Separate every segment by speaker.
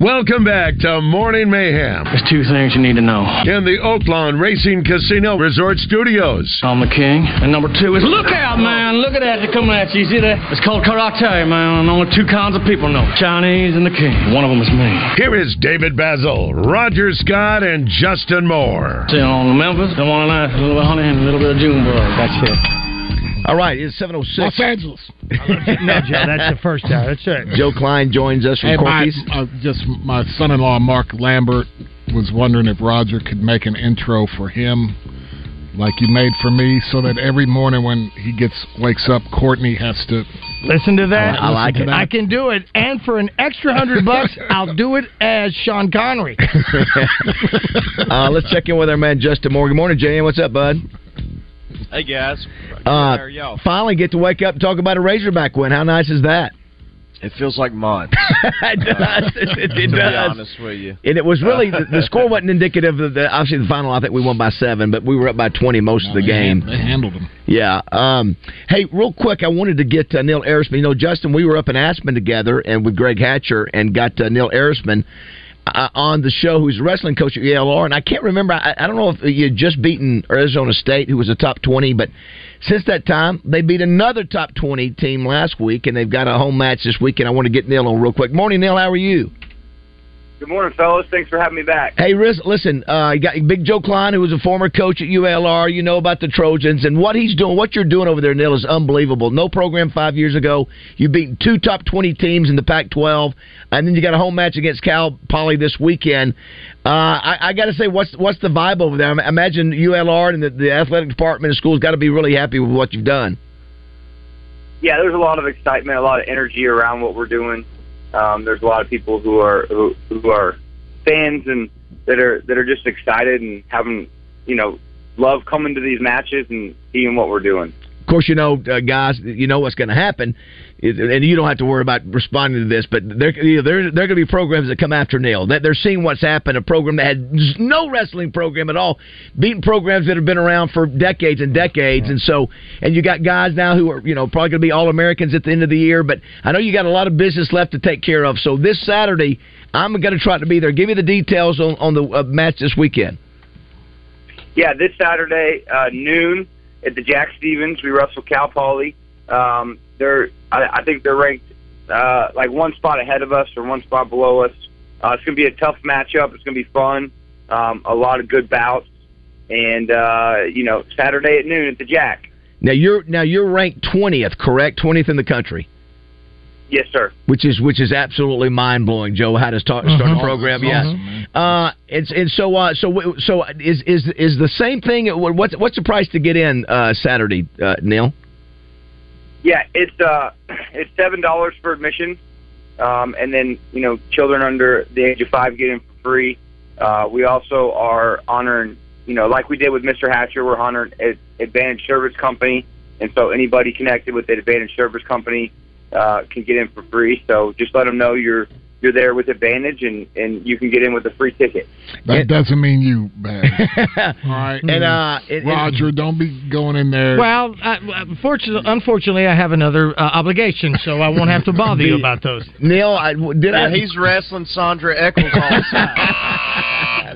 Speaker 1: Welcome back to Morning Mayhem.
Speaker 2: There's two things you need to know.
Speaker 1: In the Oaklawn Racing Casino Resort Studios.
Speaker 2: I'm the king. And number two is look out, man. Look at that. They're coming at you. You see that? It's called karate, man. And only two kinds of people know Chinese and the king. One of them is me.
Speaker 1: Here is David Basil, Roger Scott, and Justin Moore.
Speaker 2: Sitting on the Memphis, the one night, a little bit of honey, and a little bit of Junebug. That's it.
Speaker 3: All right, it's 706.
Speaker 4: Los Angeles.
Speaker 3: no, Joe, that's the first hour. That's it.
Speaker 5: Joe Klein joins us from
Speaker 4: Hey, my,
Speaker 5: Corky's.
Speaker 4: uh, just my son-in-law Mark Lambert was wondering if Roger could make an intro for him, like you made for me, so that every morning when he gets wakes up, Courtney has to. Uh,
Speaker 3: Listen to that.
Speaker 5: I- I like
Speaker 4: Listen to
Speaker 5: it.
Speaker 4: that.
Speaker 3: I can do it. And for an extra hundred bucks, I'll do it as Sean Connery.
Speaker 5: uh, let's check in with our man Justin Moore. Good morning, JM. What's up, bud?
Speaker 6: Hey guys,
Speaker 5: Uh,
Speaker 6: How are y'all?
Speaker 5: finally get to wake up and talk about a Razorback win. How nice is that?
Speaker 6: it feels like months.
Speaker 5: it does. It, it
Speaker 6: to be
Speaker 5: does.
Speaker 6: honest with you,
Speaker 5: And it was really the, the score wasn't indicative of the obviously the final. I think we won by seven, but we were up by twenty most of the game.
Speaker 4: They handled him.
Speaker 5: Yeah. Um, hey, real quick, I wanted to get uh, Neil Arisman. You know, Justin, we were up in Aspen together and with Greg Hatcher and got uh, Neil Arisman uh, on the show, who's a wrestling coach at ELR. And I can't remember, I, I don't know if you had just beaten Arizona State, who was a top 20, but since that time, they beat another top 20 team last week, and they've got a home match this week. And I want to get Neil on real quick. Morning, Neil. How are you?
Speaker 7: Good morning, fellas. Thanks for having me back.
Speaker 5: Hey, Riz, listen, uh, you got Big Joe Klein, who was a former coach at ULR. You know about the Trojans and what he's doing. What you're doing over there, Neil, is unbelievable. No program five years ago. You beat two top 20 teams in the Pac 12, and then you got a home match against Cal Poly this weekend. Uh, I, I got to say, what's what's the vibe over there? I imagine ULR and the, the athletic department of school's got to be really happy with what you've done.
Speaker 7: Yeah, there's a lot of excitement, a lot of energy around what we're doing. Um, there's a lot of people who are who, who are fans and that are that are just excited and having you know love coming to these matches and seeing what we're doing.
Speaker 5: Of course, you know, uh, guys, you know what's going to happen, It- and you don't have to worry about responding to this. But there, you know, there, there are going to be programs that come after Neil. That they're seeing what's happened. A program that had z- no wrestling program at all, beating programs that have been around for decades and decades. And so, and you got guys now who are, you know, probably going to be all Americans at the end of the year. But I know you got a lot of business left to take care of. So this Saturday, I'm going to try to be there. Give me the details on on the uh, match this weekend.
Speaker 7: Yeah, this Saturday uh, noon at the Jack Stevens, we wrestle Cal Poly. Um, they're I, I think they're ranked uh, like one spot ahead of us or one spot below us. Uh, it's going to be a tough matchup. It's going to be fun. Um, a lot of good bouts, and uh, you know Saturday at noon at the Jack.
Speaker 5: Now you're now you're ranked 20th, correct? 20th in the country.
Speaker 7: Yes, sir.
Speaker 5: which is which is absolutely mind blowing. Joe, how to start, start a program? Yes. Uh, it's and so uh, so w- so is is is the same thing? uh, What's what's the price to get in uh, Saturday, uh, Neil?
Speaker 7: Yeah, it's uh, it's seven dollars for admission, um, and then you know children under the age of five get in for free. Uh, we also are honoring, you know, like we did with Mr. Hatcher, we're honoring Ad- Advantage Service Company, and so anybody connected with the Advantage Service Company uh, can get in for free. So just let them know you're you're there with Advantage, and and you can get in with a free ticket.
Speaker 4: That
Speaker 5: It-
Speaker 4: doesn't mean you bad. All right, Mm.
Speaker 5: and uh, it, it-
Speaker 4: Roger, don't be going in there.
Speaker 3: Well, I, fortunately, unfortunately, I have another uh, obligation, so I won't have to bother you about those.
Speaker 5: Neil, I, w- did
Speaker 6: yeah,
Speaker 5: I?
Speaker 6: he's wrestling Sandra Eccles all the time.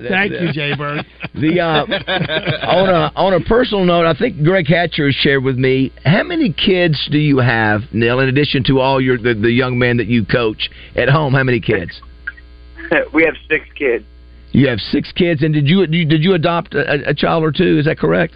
Speaker 3: Thank you, Jay Bird.
Speaker 5: The uh, on a on a personal note, I think Greg Hatcher has shared with me how many kids do you have, Neil? In addition to all your the, the young men that you coach at home, how many kids?
Speaker 7: we have six kids.
Speaker 5: You have six kids, and did you did you adopt a, a child or two? Is that correct?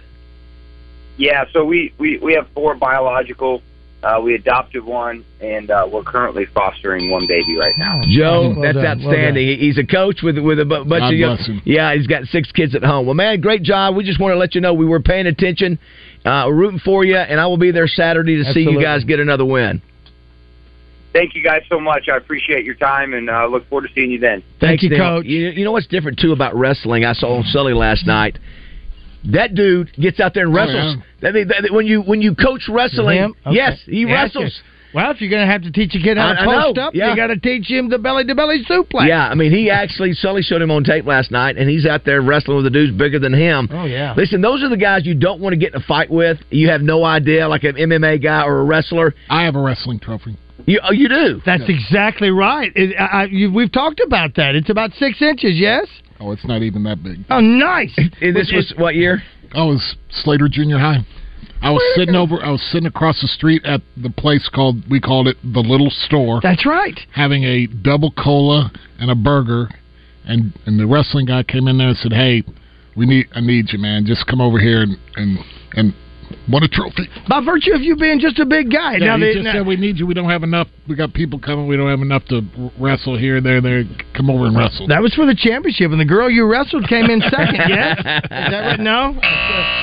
Speaker 7: Yeah, so we we we have four biological. Uh, we adopted one, and uh, we're currently fostering one baby right now.
Speaker 5: Joe,
Speaker 3: Oh, Well
Speaker 5: that's
Speaker 3: done, well
Speaker 5: outstanding. He he's a coach with with a bu- bunch
Speaker 4: God
Speaker 5: of young.
Speaker 4: bless him.
Speaker 5: Yeah, he's got six kids at home. Well, man, great job. We just want to let you know we were paying attention, uh, we're rooting for you, and I will be there Saturday to see you
Speaker 3: Absolutely.
Speaker 5: guys get another win.
Speaker 7: Thank you guys so much. I appreciate your time, and uh, look forward to seeing you then.
Speaker 3: Thank you,
Speaker 5: Neil.
Speaker 3: Coach.
Speaker 5: You, you know what's different too about wrestling? I saw on Sully last night. That dude gets out there and
Speaker 4: Oh,
Speaker 5: wrestles. That mean- that- that when you when you coach wrestling,
Speaker 3: Him? Okay.
Speaker 5: yes, he
Speaker 3: Gotcha.
Speaker 5: wrestles.
Speaker 3: Well, if you're going to have to teach a kid how to
Speaker 5: I- I know,
Speaker 3: post up,
Speaker 5: yeah.
Speaker 3: you got to teach him the belly to belly suplex.
Speaker 5: Yeah, I mean, he actually Sully showed him on tape last night, and he's out there wrestling with the dudes bigger than him.
Speaker 3: Oh yeah.
Speaker 5: Listen, those are the guys you don't want to get in a fight with. You have no idea, like an MMA guy or a wrestler.
Speaker 4: I have a wrestling trophy.
Speaker 5: You, oh, you do.
Speaker 3: That's exactly right. It, I, I, you, we've talked about that. It's about six inches, yes?
Speaker 4: Oh, it's not even that big.
Speaker 3: Oh, nice.
Speaker 5: And this was what year?
Speaker 4: I was Slater Junior High. I was sitting over. I was sitting across the street at the place called we called it the Little Store,
Speaker 3: That's right.
Speaker 4: having a double cola and a burger, and and the wrestling guy came in there and said, "Hey, we need I need you, man. Just come over here and and and won a trophy."
Speaker 3: By virtue of you being just a big guy.
Speaker 4: Yeah,
Speaker 3: now,
Speaker 4: he
Speaker 3: they,
Speaker 4: just
Speaker 3: now-
Speaker 4: said we need you. We don't have enough. We got people coming. We don't have enough to r- wrestle here, there, there. Come over and wrestle.
Speaker 3: that was for the championship, and the girl you wrestled came in second, yes? Is that right? No?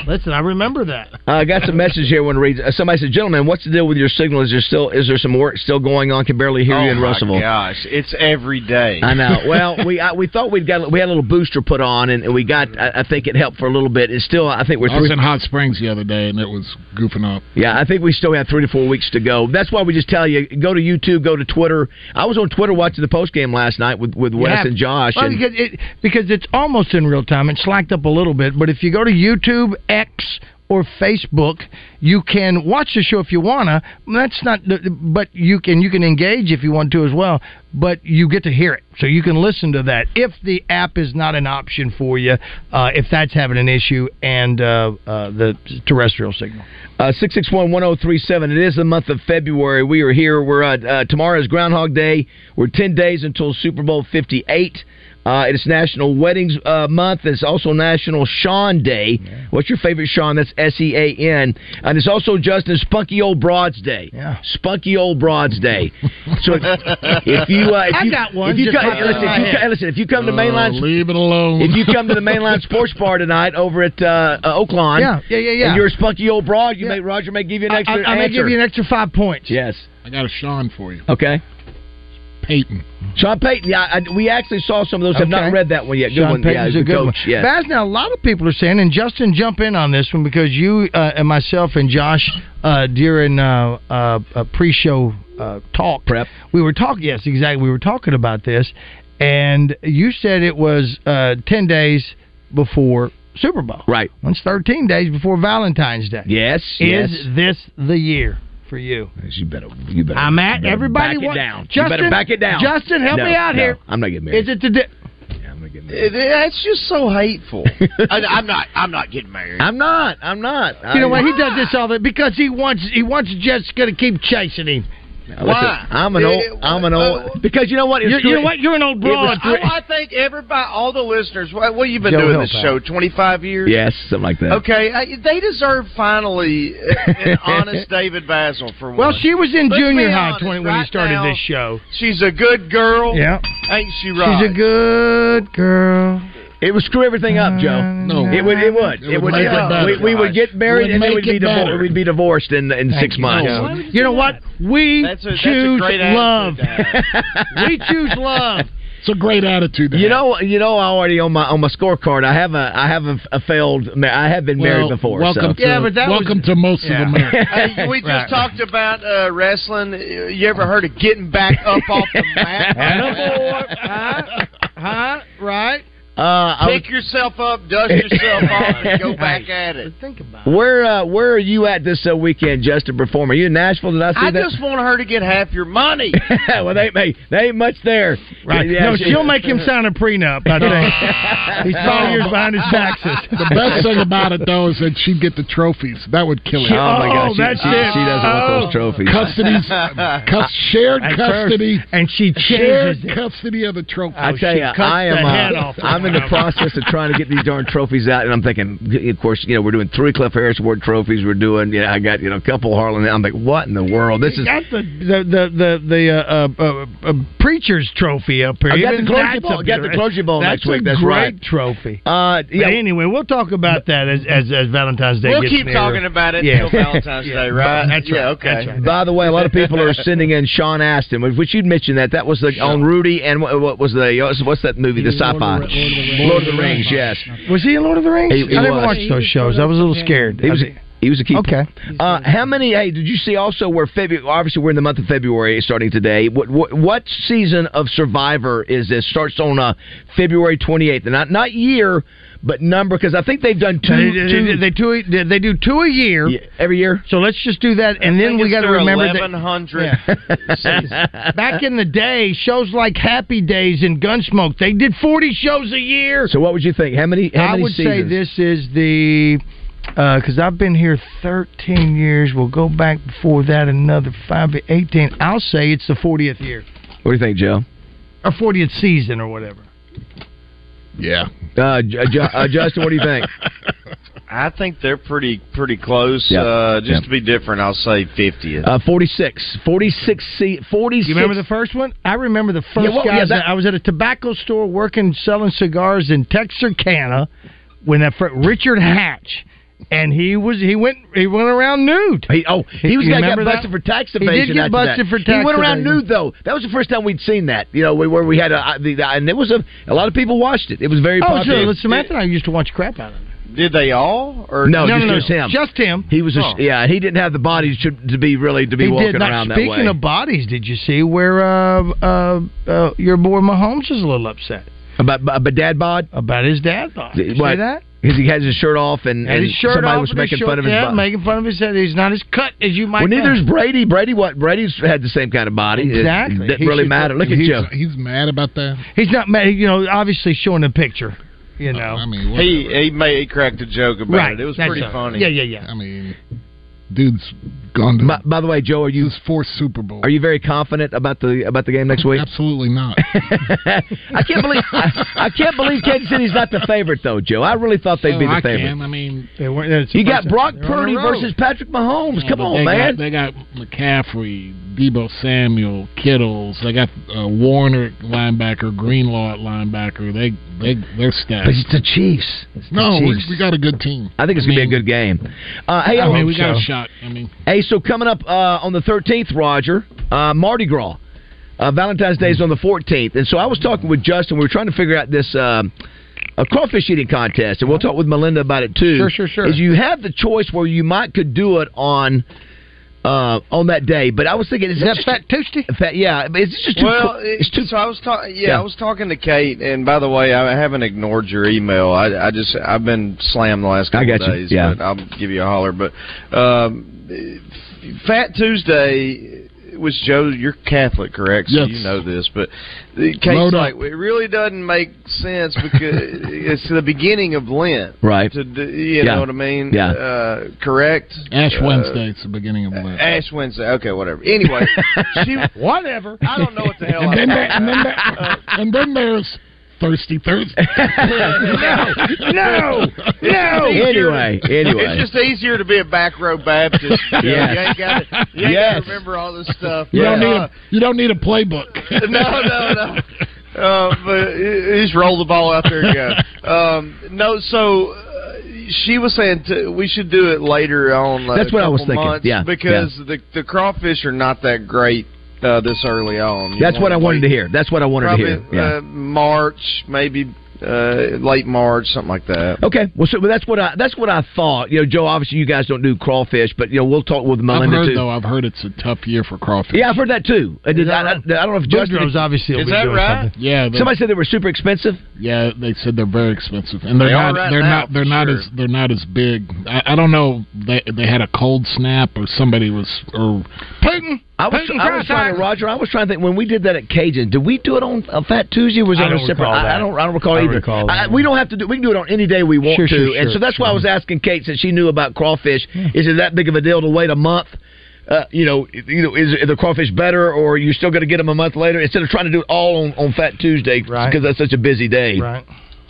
Speaker 3: Listen, I remember that.
Speaker 5: Uh, I got some message here. I want to read. Uh, somebody said, "Gentlemen, what's the deal with your signal? Is there still is there some work still going on? Can barely hear you
Speaker 6: oh
Speaker 5: in
Speaker 6: my
Speaker 5: Russellville."
Speaker 6: gosh, it's every day.
Speaker 5: I know. Well, we I, we thought we'd got we had a little booster put on, and, and we got. I, I think it helped for a little bit. It's still. I think we're
Speaker 4: I was
Speaker 5: three.
Speaker 4: in Hot Springs the other day, and it was goofing up.
Speaker 5: Yeah, I think we still have three to four weeks to go. That's why we just tell you go to YouTube, go to Twitter. I was on Twitter watching the post game last night with with Wes
Speaker 3: Yeah.
Speaker 5: and Josh.
Speaker 3: Well,
Speaker 5: and-
Speaker 3: because, it, because it's almost in real time. It slacked up a little bit, but if you go to YouTube, X, or Facebook, you can watch the show if you wanna. That's not, but you can you can engage if you want to as well. But you get to hear it, so you can listen to that. If the app is not an option for you, uh, if that's having an issue, and uh, uh, the terrestrial signal.
Speaker 5: Uh, 661-1037. It is the month of February. We are here. We're uh, uh, tomorrow is Groundhog Day. We're ten days until Super Bowl Fifty Eight. Uh, it is National Weddings uh, Month. It's also National Sean Day. What's your favorite Sean? That's S E A N. And it's also Justin's Spunky Old Broads Day.
Speaker 3: Yeah.
Speaker 5: Spunky Old Broads Day. So if, if you, uh, if
Speaker 3: I
Speaker 5: you,
Speaker 3: got one
Speaker 5: If you,
Speaker 3: just
Speaker 5: come-
Speaker 3: popped in
Speaker 5: listen,
Speaker 3: my
Speaker 5: if you,
Speaker 3: head.
Speaker 5: co- listen, if you come to
Speaker 4: Uh,
Speaker 5: Mainline,
Speaker 4: leave it alone.
Speaker 5: if you come to the Mainline Sports Bar tonight over at uh, uh, Oakland,
Speaker 3: Yeah, yeah, yeah, yeah.
Speaker 5: and you're a spunky old broad, you
Speaker 3: Yeah.
Speaker 5: may Roger may give you an extra
Speaker 3: I, I may
Speaker 5: answer.
Speaker 3: give you an extra five points.
Speaker 5: yes.
Speaker 4: I got a Sean for you,
Speaker 5: Okay.
Speaker 4: Peyton.
Speaker 5: Sean Payton. Yeah, I, we actually saw some of those. Have not
Speaker 3: Okay.
Speaker 5: read that one yet. Good
Speaker 3: Sean
Speaker 5: one.
Speaker 3: Payton's
Speaker 5: yeah,
Speaker 3: a good
Speaker 5: coach.
Speaker 3: one.
Speaker 5: Yeah.
Speaker 3: Baz, now a lot of people are saying, and Justin, jump in on this one because you uh, and myself and Josh uh, during uh, uh, uh, pre-show uh, talk
Speaker 5: Prep.
Speaker 3: we were talking. Yes, exactly. We were talking about this, and you said it was uh, ten days before Super Bowl.
Speaker 5: Right.
Speaker 3: It's thirteen days before Valentine's Day.
Speaker 5: Yes.
Speaker 3: Is
Speaker 5: yes.
Speaker 3: this the year for you?
Speaker 5: You better. You better.
Speaker 3: I'm at
Speaker 5: you better
Speaker 3: everybody.
Speaker 5: Back it
Speaker 3: wa-
Speaker 5: down. You
Speaker 3: Justin,
Speaker 5: better back it down.
Speaker 3: Justin, help
Speaker 5: No,
Speaker 3: me out
Speaker 5: no,
Speaker 3: here.
Speaker 5: I'm not getting married.
Speaker 3: Is it the? Di-
Speaker 5: Yeah, I'm not getting married.
Speaker 6: It- That's just so hateful. I, I'm not. I'm not getting married.
Speaker 5: I'm not. I'm not.
Speaker 3: You know what? He does this all the because he wants he wants Jessica to keep chasing him.
Speaker 6: Why?
Speaker 5: I'm an old. I'm an old. Because you know what? It's
Speaker 3: You, you know
Speaker 5: three-
Speaker 3: what? You're an old
Speaker 5: It
Speaker 3: broad.
Speaker 5: was
Speaker 6: Oh, I think everybody, all the listeners, what, what you've been
Speaker 3: Joe,
Speaker 6: doing this
Speaker 3: help
Speaker 6: show, 25 years?
Speaker 5: Yes, something like that.
Speaker 6: Okay, I, they deserve finally an honest David Basil for
Speaker 3: well,
Speaker 6: once.
Speaker 3: she was in
Speaker 6: Let's
Speaker 3: junior
Speaker 6: be
Speaker 3: high
Speaker 6: honest,
Speaker 3: 20 when he
Speaker 6: right
Speaker 3: started
Speaker 6: now-
Speaker 3: this show.
Speaker 6: She's a good girl.
Speaker 3: Yeah,
Speaker 6: Ain't she right?
Speaker 3: she's a good girl.
Speaker 5: It would screw everything up, Joe.
Speaker 4: No.
Speaker 5: It would. It would. It, would.
Speaker 4: make
Speaker 5: it
Speaker 6: it
Speaker 5: would-
Speaker 6: better.
Speaker 5: we, we would get married
Speaker 4: It would
Speaker 5: and then we'd
Speaker 4: make
Speaker 5: be,
Speaker 4: it better.
Speaker 5: divor- we'd be divorced in in six months.
Speaker 3: No. You know what? We
Speaker 6: That's a, that's a
Speaker 3: choose
Speaker 6: great
Speaker 3: love.
Speaker 6: attitude, Dad.
Speaker 3: we choose love.
Speaker 4: It's a great attitude. To
Speaker 5: You
Speaker 4: have.
Speaker 5: know, you know. I already on my on my scorecard. I have a I have a, a failed. ma- I have been married
Speaker 4: Well,
Speaker 5: before.
Speaker 4: Welcome
Speaker 5: so.
Speaker 4: to
Speaker 3: Yeah, but that was-
Speaker 4: welcome to most
Speaker 3: Yeah.
Speaker 4: of America.
Speaker 6: Hey, we just
Speaker 3: Right.
Speaker 6: talked about uh, wrestling. You ever heard of getting back up off the mat?
Speaker 3: huh? Huh? Right?
Speaker 5: Uh, I was-
Speaker 6: Pick yourself up, dust yourself off, and go back at it.
Speaker 3: Think about it.
Speaker 5: where uh, where are you at this uh, weekend, Justin? Performer, you in Nashville? Did I see
Speaker 6: I
Speaker 5: that?
Speaker 6: just want her to get half your money.
Speaker 5: well, they ain't they ain't much there.
Speaker 3: Right.
Speaker 5: Yeah,
Speaker 3: no,
Speaker 5: she-
Speaker 3: she'll make him sign a prenup, I think. He's five years behind his taxes.
Speaker 4: The best thing about it though is that she'd get the trophies. That would kill it.
Speaker 5: Oh my
Speaker 3: Oh,
Speaker 5: gosh, she,
Speaker 3: that's
Speaker 5: she,
Speaker 3: it.
Speaker 5: she doesn't want
Speaker 3: Oh.
Speaker 5: those trophies.
Speaker 4: Custody's cus- shared
Speaker 3: At first.
Speaker 4: custody.
Speaker 3: And she
Speaker 4: Shared
Speaker 3: changes it.
Speaker 4: custody of the trophy.
Speaker 5: I tell
Speaker 3: she
Speaker 5: you,
Speaker 3: cuts
Speaker 5: I am.
Speaker 3: the head
Speaker 5: Uh,
Speaker 3: off the
Speaker 5: I'm in the
Speaker 3: ground.
Speaker 5: process of trying to get these darn trophies out, and I'm thinking, of course, you know, we're doing three Cliff Harris Award trophies. We're doing, you know, I got you know a couple Harlan. I'm like, what in the world? This is.
Speaker 3: got the the the the, the uh, uh, uh, uh, preacher's trophy up here.
Speaker 5: I got Oh, the
Speaker 3: Even
Speaker 5: clergy
Speaker 3: that's
Speaker 5: ball-
Speaker 3: up
Speaker 5: got
Speaker 3: here.
Speaker 5: the clergy ball
Speaker 3: that's
Speaker 5: next week,
Speaker 3: A
Speaker 5: that's
Speaker 3: great
Speaker 5: right.
Speaker 3: trophy.
Speaker 5: Uh,
Speaker 3: But
Speaker 5: yeah,
Speaker 3: anyway, we'll talk about that as as, as Valentine's Day.
Speaker 6: We'll
Speaker 3: gets
Speaker 6: keep
Speaker 3: nearer.
Speaker 6: talking about it
Speaker 3: Yeah.
Speaker 6: until Valentine's Day, right?
Speaker 3: That's right.
Speaker 6: Yeah, okay.
Speaker 3: That's right.
Speaker 5: By the way, a lot of people are sending in Sean Astin, which you'd mentioned that. That was the, on Rudy and what, what was the uh, what's that movie? The sci-fi Lord of the, Rings. Yes,
Speaker 3: Was he in Lord of the Rings?
Speaker 5: He- he
Speaker 3: I never
Speaker 5: was.
Speaker 3: watched those shows. I was a little scared.
Speaker 5: he was. He was a keeper.
Speaker 3: Okay.
Speaker 5: Uh, how many? Hey, did you see also where February? Obviously, we're in the month of February, starting today. What what, what season of Survivor is this? Starts on uh, February twenty eighth, and not not year, but number, because I think they've done two.
Speaker 3: They,
Speaker 5: two-
Speaker 3: they, they, two, they, they do two a year
Speaker 5: every year.
Speaker 3: So let's just do that, and then we got to remember
Speaker 6: eleven
Speaker 3: that
Speaker 6: hundred.
Speaker 3: back in the day, shows like Happy Days and Gunsmoke, they did forty shows a year.
Speaker 5: So what would you think? How many? How
Speaker 3: I
Speaker 5: many
Speaker 3: would say
Speaker 5: seasons?
Speaker 3: this is the because I've been here thirteen years. We'll go back before that another five, 18. I'll say it's the fortieth year
Speaker 5: What do you think, Joe?
Speaker 3: or fortieth season or whatever.
Speaker 4: Yeah.
Speaker 5: Uh, Ju- Ju- uh, Justin, what do you think?
Speaker 6: I think they're pretty pretty close.
Speaker 5: Yeah.
Speaker 6: Uh, just
Speaker 5: Yeah.
Speaker 6: to be different, I'll say fiftieth.
Speaker 5: Uh, 46. 46 se- 46.
Speaker 3: You remember the first one? I remember the first
Speaker 5: Yeah, well, yeah,
Speaker 3: guys.
Speaker 5: that-
Speaker 3: I was at a tobacco store working, selling cigars in Texarkana when that fir- Richard Hatch, and he was he went he went around nude.
Speaker 5: He, oh, he was
Speaker 3: You
Speaker 5: going to get
Speaker 3: remember that?
Speaker 5: busted for tax
Speaker 3: He did
Speaker 5: evasion.
Speaker 3: get
Speaker 5: after
Speaker 3: busted
Speaker 5: that.
Speaker 3: for
Speaker 5: He
Speaker 3: tax
Speaker 5: went around
Speaker 3: evasion.
Speaker 5: nude though. That was the first time we'd seen that. You know, we- where we had a uh, the, the and it was a a lot of people watched it. It was very
Speaker 3: Oh,
Speaker 5: popular.
Speaker 3: sure. Samantha and I used to watch crap out of it.
Speaker 6: Did they all? Or
Speaker 5: no,
Speaker 3: no,
Speaker 5: just,
Speaker 3: no, no,
Speaker 5: just him.
Speaker 3: Just him. Oh.
Speaker 5: he was a,
Speaker 6: Huh.
Speaker 5: yeah. He didn't have the body to, to be really to be
Speaker 3: he
Speaker 5: walking
Speaker 3: did not.
Speaker 5: around that
Speaker 3: Speaking
Speaker 5: way.
Speaker 3: of bodies, did you see where uh, uh, uh, your boy Mahomes is a little upset
Speaker 5: but, but, but dad bod
Speaker 3: about his dad? Though. Did you see
Speaker 5: What?
Speaker 3: that?
Speaker 5: because he has his shirt off and,
Speaker 3: Had his shirt
Speaker 5: somebody
Speaker 3: off
Speaker 5: was
Speaker 3: and his
Speaker 5: making
Speaker 3: short-
Speaker 5: fun of his
Speaker 3: yeah,
Speaker 5: body.
Speaker 3: making fun of his head. He's not as cut as you might.
Speaker 5: well, neither is
Speaker 3: think.
Speaker 5: Brady. Brady, what? Brady's had the same kind of body. It-
Speaker 3: Exactly.
Speaker 5: It doesn't
Speaker 3: He
Speaker 5: really
Speaker 3: should-
Speaker 5: matter. Look at
Speaker 4: he's,
Speaker 5: you.
Speaker 4: He's mad about that. Uh,
Speaker 3: He's not. ma- You know, obviously showing a picture. You know,
Speaker 4: I mean, whatever.
Speaker 6: He he made he cracked a joke about
Speaker 3: right?
Speaker 6: it. It was
Speaker 3: that's
Speaker 6: pretty
Speaker 3: right.
Speaker 6: funny.
Speaker 3: Yeah, yeah, yeah.
Speaker 4: I mean, dude's gone to
Speaker 5: By, by the way, Joe, are you
Speaker 4: his fourth Super Bowl.
Speaker 5: are you very confident about the about the game next week?
Speaker 4: Absolutely not.
Speaker 5: I can't believe I, I can't believe Kansas City's not the favorite though, Joe. I really thought they'd
Speaker 4: Oh,
Speaker 5: be the
Speaker 4: I
Speaker 5: favorite.
Speaker 4: Can. I mean,
Speaker 3: They weren't. that's the
Speaker 5: You got
Speaker 3: first-
Speaker 5: Brock
Speaker 3: they're on the
Speaker 5: Purdy
Speaker 3: road.
Speaker 5: versus Patrick Mahomes.
Speaker 4: yeah,
Speaker 5: Come
Speaker 4: but
Speaker 5: on,
Speaker 4: they
Speaker 5: man.
Speaker 4: Got, they got McCaffrey, Debo Samuel, Kittles. They got uh, Warner at linebacker, Greenlaw at linebacker. They they they're
Speaker 5: but
Speaker 4: stacked.
Speaker 5: it's the Chiefs. It's the
Speaker 4: No, we,
Speaker 5: Chiefs.
Speaker 4: we got a good team.
Speaker 5: I think it's gonna be a good game. Uh, hey,
Speaker 4: I
Speaker 5: I
Speaker 4: mean,
Speaker 5: hope
Speaker 4: we got
Speaker 5: so.
Speaker 4: a shot. I mean,
Speaker 5: hey, so coming up uh, on the thirteenth, Roger, uh, Mardi Gras. Uh, Valentine's Day is on the 14th, and so I was talking with Justin. We were trying to figure out this um, a crawfish eating contest, and we'll talk with Melinda about it too.
Speaker 3: Sure, sure, sure.
Speaker 5: Is you have the choice where you might could do it on uh, on that day, but I was thinking, is
Speaker 3: Is that
Speaker 5: that
Speaker 3: Fat Tuesday?
Speaker 5: fat? Yeah, but it's just too.
Speaker 6: Well,
Speaker 5: cl-
Speaker 6: it,
Speaker 5: it's too.
Speaker 6: so I was talking. Yeah,
Speaker 5: Yeah.
Speaker 6: I was talking to Kate, and by the way, I haven't ignored your email. I, I just I've been slammed the last
Speaker 5: I
Speaker 6: couple
Speaker 5: got you.
Speaker 6: days.
Speaker 5: Yeah.
Speaker 6: but I'll give you a holler. But um, Fat Tuesday was Joe. You're Catholic, correct? So
Speaker 4: Yes.
Speaker 6: you know this, but the- Kate's
Speaker 4: Load up.
Speaker 6: like, it really doesn't make sense because it's the beginning of Lent.
Speaker 5: Right.
Speaker 6: To do, you
Speaker 5: Yeah.
Speaker 6: know what I mean?
Speaker 5: Yeah.
Speaker 6: Uh, correct.
Speaker 4: Ash
Speaker 6: Uh,
Speaker 4: Wednesday. It's the beginning of Lent.
Speaker 6: Ash Wednesday. Okay, whatever. Anyway, she,
Speaker 3: Whatever.
Speaker 6: I don't know what the hell.
Speaker 4: and
Speaker 6: I'm
Speaker 4: then there,
Speaker 6: talking
Speaker 4: and then
Speaker 6: about.
Speaker 4: there, and then there's Thirsty Thursday.
Speaker 3: no, no.
Speaker 5: Anyway, anyway.
Speaker 6: It's just easier to be a back row Baptist. You, know,
Speaker 5: Yes.
Speaker 6: you ain't got to
Speaker 5: Yes.
Speaker 6: remember all this stuff.
Speaker 4: You don't
Speaker 6: But,
Speaker 4: need a you don't need a playbook.
Speaker 6: uh, no, no, no. Uh, but he- he's rolled the ball out there and go. Um, no, so uh, she was saying t- we should do it later on. Like
Speaker 5: That's
Speaker 6: a
Speaker 5: what I was
Speaker 6: couple
Speaker 5: thinking.
Speaker 6: months
Speaker 5: Yeah,
Speaker 6: because the the crawfish are not that great uh, this early on. You
Speaker 5: That's what
Speaker 6: wanna
Speaker 5: I wanted
Speaker 6: wait
Speaker 5: to hear. That's what I wanted
Speaker 6: Probably
Speaker 5: to hear. Yeah.
Speaker 6: uh, March, maybe uh, late March, something like that.
Speaker 5: Okay, well, so well, that's what I that's what I thought. You know, Joe, obviously you guys don't do crawfish, but you know we'll talk with
Speaker 4: I've
Speaker 5: Melinda
Speaker 4: heard
Speaker 5: too.
Speaker 4: though. I've heard it's a tough year for crawfish.
Speaker 5: Yeah, I've heard that too. I, did,
Speaker 3: that
Speaker 5: I, I, I
Speaker 3: right?
Speaker 5: don't know if Justin.
Speaker 3: Boudreaux's obviously will
Speaker 6: Is
Speaker 3: be
Speaker 6: that
Speaker 3: doing
Speaker 6: right?
Speaker 3: something.
Speaker 4: Yeah, they,
Speaker 5: Somebody said they were super expensive.
Speaker 4: yeah. They said they're very expensive, and they're
Speaker 6: They are
Speaker 4: not.
Speaker 6: right
Speaker 4: they're
Speaker 6: now,
Speaker 4: not. They're
Speaker 6: for
Speaker 4: not
Speaker 6: sure.
Speaker 4: as. They're not as big. I, I don't know. They they had a cold snap, or somebody was, or
Speaker 3: Putin.
Speaker 5: I was,
Speaker 3: Putin,
Speaker 5: I was trying to
Speaker 3: cross-eyed.
Speaker 5: Roger. I was trying to think when we did that at Cajun. Did we do it on a Fat Tuesday? Or was it
Speaker 3: I
Speaker 5: on a
Speaker 3: don't
Speaker 5: separate?
Speaker 3: recall
Speaker 5: I, I
Speaker 3: that.
Speaker 5: don't. I don't recall
Speaker 3: I don't
Speaker 5: either.
Speaker 3: recall
Speaker 5: I,
Speaker 3: that.
Speaker 5: we don't have to do. We can do it on any day we want
Speaker 3: Sure,
Speaker 5: to.
Speaker 3: sure,
Speaker 5: and
Speaker 3: sure,
Speaker 5: so that's why I was asking Kate since she knew about crawfish. Is it that big of a deal to wait a month? Uh, you know, you know, is the crawfish better, or are you still going to get them a month later instead of trying to do it all on, on Fat Tuesday because
Speaker 3: Right.
Speaker 5: that's such a busy day.
Speaker 3: Right.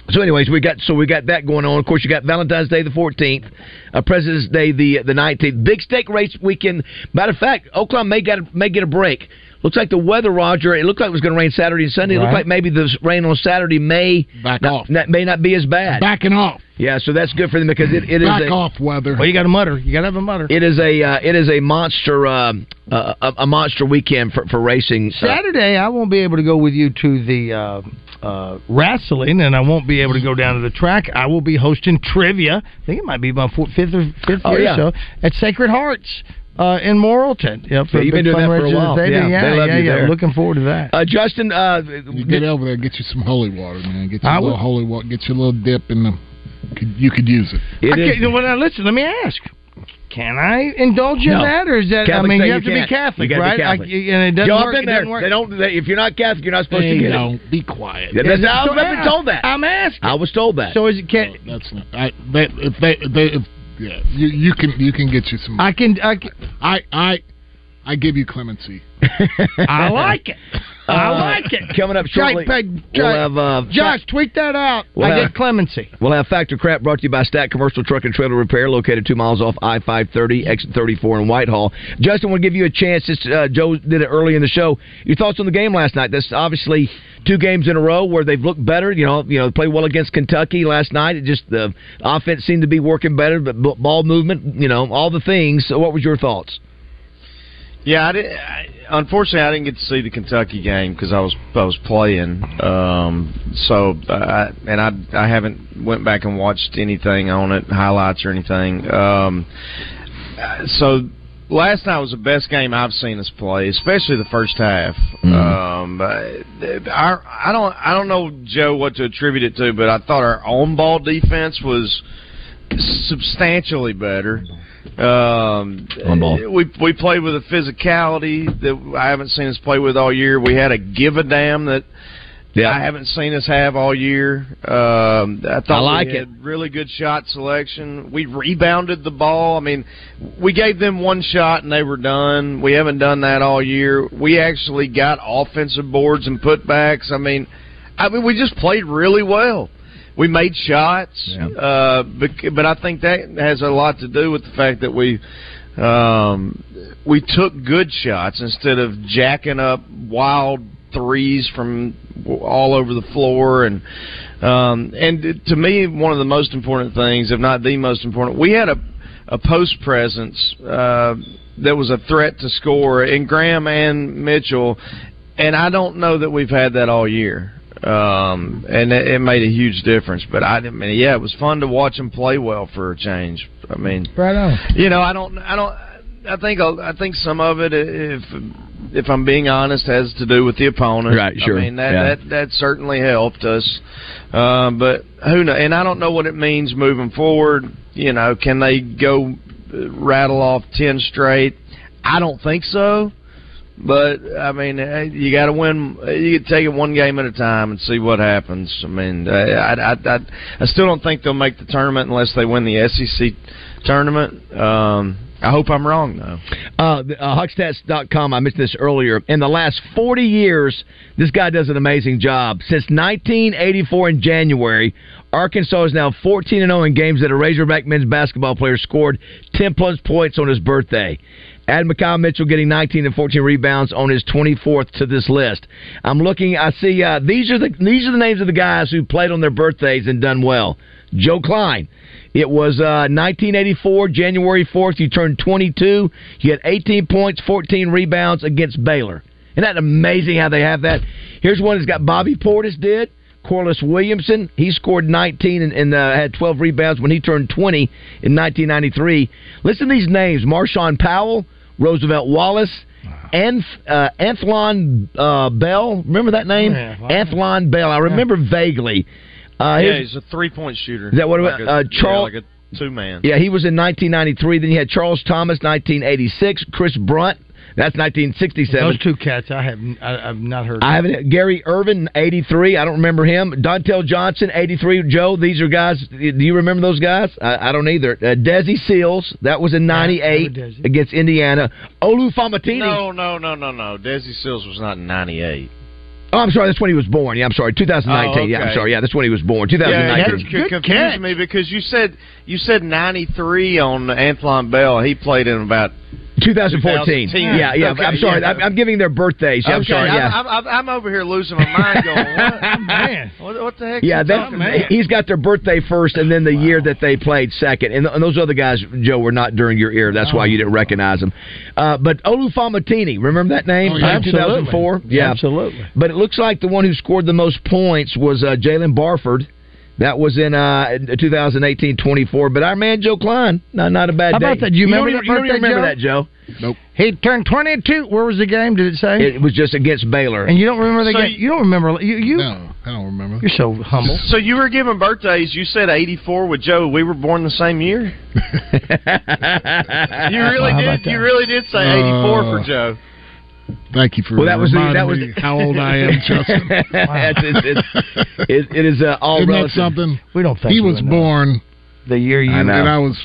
Speaker 5: So, anyways, we got so we got that going on. Of course, you got Valentine's Day the fourteenth, uh, President's Day the the nineteenth. Big steak race weekend. Matter of fact, Oakland may get a, may get a break. Looks like the weather, Roger. It looked like it was going to rain Saturday and Sunday. It looked
Speaker 3: Right.
Speaker 5: like maybe the rain on Saturday may
Speaker 4: Back
Speaker 5: not,
Speaker 4: off.
Speaker 5: not- may not be as bad.
Speaker 4: backing off,
Speaker 5: Yeah, so that's good for them because it, it is
Speaker 4: back
Speaker 5: a,
Speaker 4: off weather.
Speaker 3: Well, you got a mutter. You got to have a mutter.
Speaker 5: it is a uh, it is a monster um, uh, a, a monster weekend for, for racing. Uh,
Speaker 3: Saturday, I won't be able to go with you to the uh, uh, wrestling, and I won't be able to go down to the track. I will be hosting trivia. I think it might be my fourth, fifth or fifth
Speaker 5: Oh,
Speaker 3: year
Speaker 5: yeah.
Speaker 3: or so at Sacred Hearts uh, in Morrilton. Yeah, for a
Speaker 5: you've been
Speaker 3: big
Speaker 5: doing that for a
Speaker 3: fundraiser
Speaker 5: while.
Speaker 3: this
Speaker 5: Yeah,
Speaker 3: evening.
Speaker 5: they
Speaker 3: yeah,
Speaker 5: love
Speaker 3: yeah,
Speaker 5: you
Speaker 3: yeah.
Speaker 5: there.
Speaker 3: Looking forward to that.
Speaker 5: Uh, Justin, uh,
Speaker 4: You get over there, get you some holy water, man. Get you
Speaker 3: I
Speaker 4: a little
Speaker 3: would-
Speaker 4: holy water. Get you a little dip in the. Could, you could use it.
Speaker 5: it
Speaker 3: I
Speaker 5: is-
Speaker 3: can't, well, now listen, let me ask. Can I indulge in
Speaker 5: No.
Speaker 3: that, or is that? I
Speaker 5: Catholics
Speaker 3: mean,
Speaker 5: say
Speaker 3: you have to be
Speaker 5: can't.
Speaker 3: Catholic,
Speaker 5: You gotta
Speaker 3: right?
Speaker 5: be
Speaker 3: I-
Speaker 5: Catholic.
Speaker 3: and it doesn't
Speaker 5: Yo, I've
Speaker 3: work.
Speaker 5: been
Speaker 3: it doesn't
Speaker 5: there.
Speaker 3: work.
Speaker 5: They don't. They, if you're not Catholic, you're not supposed
Speaker 4: Hey,
Speaker 5: to get it.
Speaker 4: no, be quiet.
Speaker 5: Yeah, that's- I've
Speaker 3: So,
Speaker 5: been
Speaker 3: yeah,
Speaker 5: told that.
Speaker 3: I'm asking.
Speaker 5: I was told that.
Speaker 3: So is it can
Speaker 4: Oh, That's not. I, they, if they, they, if, yeah, you, you can, you can get you some.
Speaker 3: I can I can,
Speaker 4: I, I, I give you clemency.
Speaker 3: I like it. I
Speaker 5: Uh,
Speaker 3: like it.
Speaker 5: Coming up shortly,
Speaker 3: Jake,
Speaker 5: we'll have uh,
Speaker 3: Josh, tweet that out.
Speaker 5: Well,
Speaker 3: I
Speaker 5: uh,
Speaker 3: get clemency.
Speaker 5: We'll have Factor Crap brought to you by Stack Commercial Truck and Trailer Repair, located two miles off I five thirty, exit thirty four in Whitehall. Justin, want to give you a chance. Since uh, Joe did it early in the show. Your thoughts on the game last night? That's obviously two games in a row where they've looked better. You know, you know, played well against Kentucky last night. It just the offense seemed to be working better, but b- ball movement, you know, all the things. So what was your thoughts?
Speaker 6: Yeah, I didn't, I, unfortunately, I didn't get to see the Kentucky game because I was I was playing. Um, so, I, and I I haven't went back and watched anything on it, highlights or anything. Um, uh, so, last night was the best game I've seen us play, especially the first half. Um, uh, our I don't I don't know Joe what to attribute it to, but I thought our on ball defense was substantially better. Um,
Speaker 5: On ball.
Speaker 6: We we played with a physicality that I haven't seen us play with all year. We had a give a damn that I haven't seen us have all year. Um, I thought
Speaker 5: I like
Speaker 6: we had really good shot selection. We rebounded the ball. I mean, we gave them one shot and they were done. We haven't done that all year. We actually got offensive boards and putbacks. I mean, I mean, we just played really well. We made shots, uh, but, but I think that has a lot to do with the fact that we um, we took good shots instead of jacking up wild threes from all over the floor and um, and to me one of the most important things if not the most important we had a a post presence uh, that was a threat to score in Graham and Mitchell and I don't know that we've had that all year um, and it, it made a huge difference but I didn't mean yeah it was fun to watch them play well for a change I mean
Speaker 3: Right on.
Speaker 6: you know, I don't, I don't, I think, I think some of it, if if I'm being honest, has to do with the opponent.
Speaker 5: Right, sure.
Speaker 6: I mean that
Speaker 5: Yeah.
Speaker 6: that, that certainly helped us, um, but who know? And I don't know what it means moving forward. You know, can they go uh, rattle off ten straight? I don't think so. But I mean, eh, you got to win. You can take it one game at a time and see what happens. I mean, eh, I, I, I, I still don't think they'll make the tournament unless they win the SEC tournament. Um, I hope I'm wrong though.
Speaker 5: Uh, the- uh, Huckstats.com, I mentioned this earlier. In the last 40 years, this guy does an amazing job. Since 1984 in January, Arkansas is now 14 and 0 in games that a Razorback men's basketball player scored 10 plus points on his birthday. Add Mikhail Mitchell getting 19 and 14 rebounds on his 24th to this list. I'm looking. I see uh, these are the these are the names of the guys who played on their birthdays and done well. Joe Klein. It was uh, 1984, January 4th. You turned 22. You had 18 points, 14 rebounds against Baylor. Isn't that amazing how they have that? Here's one that's got Bobby Portis did. Corliss Williamson, he scored 19 and, and uh, had 12 rebounds when he turned 20 in 1993. Listen to these names: Marshawn Powell, Roosevelt Wallace, and uh, Anthlon uh, Bell. Remember that name?
Speaker 3: Yeah.
Speaker 5: Anthlon Bell. I remember vaguely. Uh,
Speaker 6: yeah,
Speaker 5: here's-
Speaker 6: he's a three point shooter.
Speaker 5: Is that what
Speaker 6: like
Speaker 5: about,
Speaker 6: a,
Speaker 5: uh,
Speaker 6: yeah,
Speaker 5: Charl-
Speaker 6: like a two man?
Speaker 5: yeah, he was in 1993. Then you had Charles Thomas, 1986. Chris Brunt, that's 1967.
Speaker 3: Those two cats, I have I, I've not heard.
Speaker 5: I haven't Gary Irvin, 83. I don't remember him. Dontel Johnson, 83. Joe, these are guys. Do you remember those guys? I, I don't either. Uh, Desi Seals, that was in
Speaker 3: I remember
Speaker 5: 98
Speaker 3: Desi.
Speaker 5: against Indiana. Olu Famatini.
Speaker 6: No, no, no, no, no. Desi Sills was not in '98.
Speaker 5: Oh, I'm sorry. That's when he was born. Yeah, I'm sorry. 2019.
Speaker 6: Oh,
Speaker 5: Yeah, I'm
Speaker 6: okay.
Speaker 5: sorry. Yeah, that's when he was born.
Speaker 6: Yeah,
Speaker 5: 2019.
Speaker 6: it c- confused me because you said you said '93 on Anthlon Bell. He played in about
Speaker 5: 2014.
Speaker 6: 2010.
Speaker 5: Yeah, yeah.
Speaker 6: Okay,
Speaker 5: I'm sorry.
Speaker 6: yeah.
Speaker 5: I'm, I'm giving their birthdays. Yeah, I'm
Speaker 6: Okay,
Speaker 5: sorry. Yeah.
Speaker 6: I'm, I'm, I'm over here losing my mind. Going, what,
Speaker 3: man,
Speaker 6: what, what the heck?
Speaker 5: yeah,
Speaker 6: you
Speaker 5: that,
Speaker 6: talking about?
Speaker 5: he's got their birthday first, and then the year that they played second. And, th- and those other guys, Joe, were not during your era. That's why you didn't recognize them. Uh, but Olu Famatini, remember that name?
Speaker 3: Oh, yeah.
Speaker 5: Back in 2004.
Speaker 8: Absolutely. Absolutely.
Speaker 5: But it looks like the one who scored the most points was uh, Jalen Barford. That was in uh, 2018-24. But our man Joe Klein, not not a bad
Speaker 3: How
Speaker 5: day.
Speaker 3: about that? Do you remember
Speaker 5: don't
Speaker 3: that
Speaker 5: even- you
Speaker 3: birthday,
Speaker 5: don't even remember
Speaker 3: Joe?
Speaker 5: that, Joe? Nope.
Speaker 3: He turned 22. Where was the game? Did it say?
Speaker 5: It was just against Baylor.
Speaker 3: and you don't remember the
Speaker 6: So
Speaker 3: game? You, don't remember? You, you
Speaker 4: No, I don't remember.
Speaker 3: you're so humble.
Speaker 6: So you were giving birthdays. You said '84 with Joe. We were born the same year. You really
Speaker 8: how about
Speaker 6: did.
Speaker 8: that?
Speaker 6: You really did say '84 for Joe.
Speaker 4: Thank you for
Speaker 5: Well, that was the-
Speaker 4: reminding
Speaker 5: that was
Speaker 4: me
Speaker 5: the-
Speaker 4: how old I am, Justin.
Speaker 5: That's- it's- it's- it- it is uh, all
Speaker 4: Isn't that
Speaker 5: relative.
Speaker 4: something?
Speaker 3: We don't think
Speaker 4: He
Speaker 3: you
Speaker 4: was
Speaker 3: would know.
Speaker 4: born,
Speaker 8: The year you
Speaker 5: I know.
Speaker 4: and I was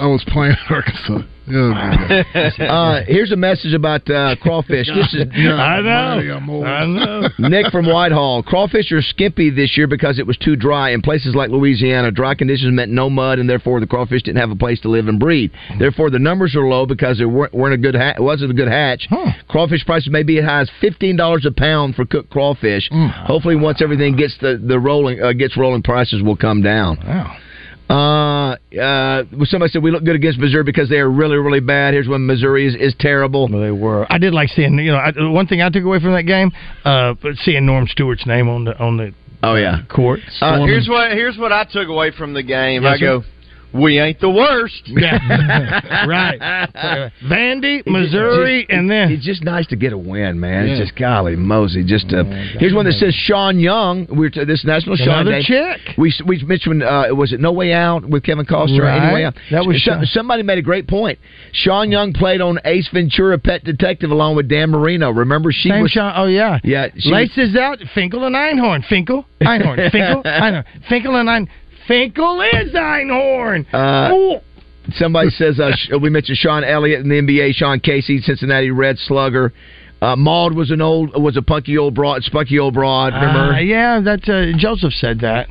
Speaker 4: I was playing at Arkansas. Yeah,
Speaker 5: Uh, here's a message about uh, crawfish. This is
Speaker 4: yeah,
Speaker 3: I know.
Speaker 4: yeah, I'm old.
Speaker 3: I know.
Speaker 5: Nick from Whitehall. Crawfish are skimpy this year because it was too dry. In places like Louisiana, dry conditions meant no mud, and therefore the crawfish didn't have a place to live and breed. Therefore, the numbers are low because there weren't, weren't a good ha- wasn't a good hatch. Crawfish prices may be as high as fifteen dollars a pound for cooked crawfish.
Speaker 3: Hmm.
Speaker 5: Hopefully, once everything gets the the rolling uh, gets rolling, prices will come down.
Speaker 3: Wow.
Speaker 5: Uh, uh, somebody said we look good against Missouri because they are really, really bad. Here's when Missouri is, is terrible.
Speaker 3: Well, they were. I did like seeing. You know, I, one thing I took away from that game, uh, seeing Norm Stewart's name on the on the
Speaker 5: Oh yeah.
Speaker 3: court.
Speaker 5: Uh,
Speaker 4: Storming.
Speaker 6: Here's what. Here's what I took away from the game.
Speaker 3: Yes,
Speaker 6: I go, we ain't the worst.
Speaker 3: Yeah. right. Vandy, Missouri, and then
Speaker 5: It's just nice to get a win, man. It's
Speaker 4: Yeah.
Speaker 5: just golly mosey. Just uh, here's one that says Sean Young. We're t- this national Sean
Speaker 3: another
Speaker 5: Day.
Speaker 3: check.
Speaker 5: We we mentioned uh, was it No Way Out with Kevin Costner? or
Speaker 3: Right.
Speaker 5: Any Way Out?
Speaker 3: That was
Speaker 5: So-
Speaker 3: Sean.
Speaker 5: somebody made a great point. Sean Young played on Ace Ventura: Pet Detective along with Dan Marino. Remember she
Speaker 3: Same
Speaker 5: was
Speaker 3: shot. Oh yeah.
Speaker 5: yeah she was-
Speaker 3: Laces out. Finkel and Einhorn. Finkel. Einhorn. Finkel. Einhorn. Finkel and Ein. Finkel is Einhorn.
Speaker 5: Uh,
Speaker 3: Ooh.
Speaker 5: Somebody says uh, Sh- we mentioned Sean Elliott in the NBA, Sean Casey, Cincinnati Red Slugger. Uh, Maud was an old was a punky old broad, spunky old broad. Remember?
Speaker 3: Ah, yeah, that uh, Joseph said that.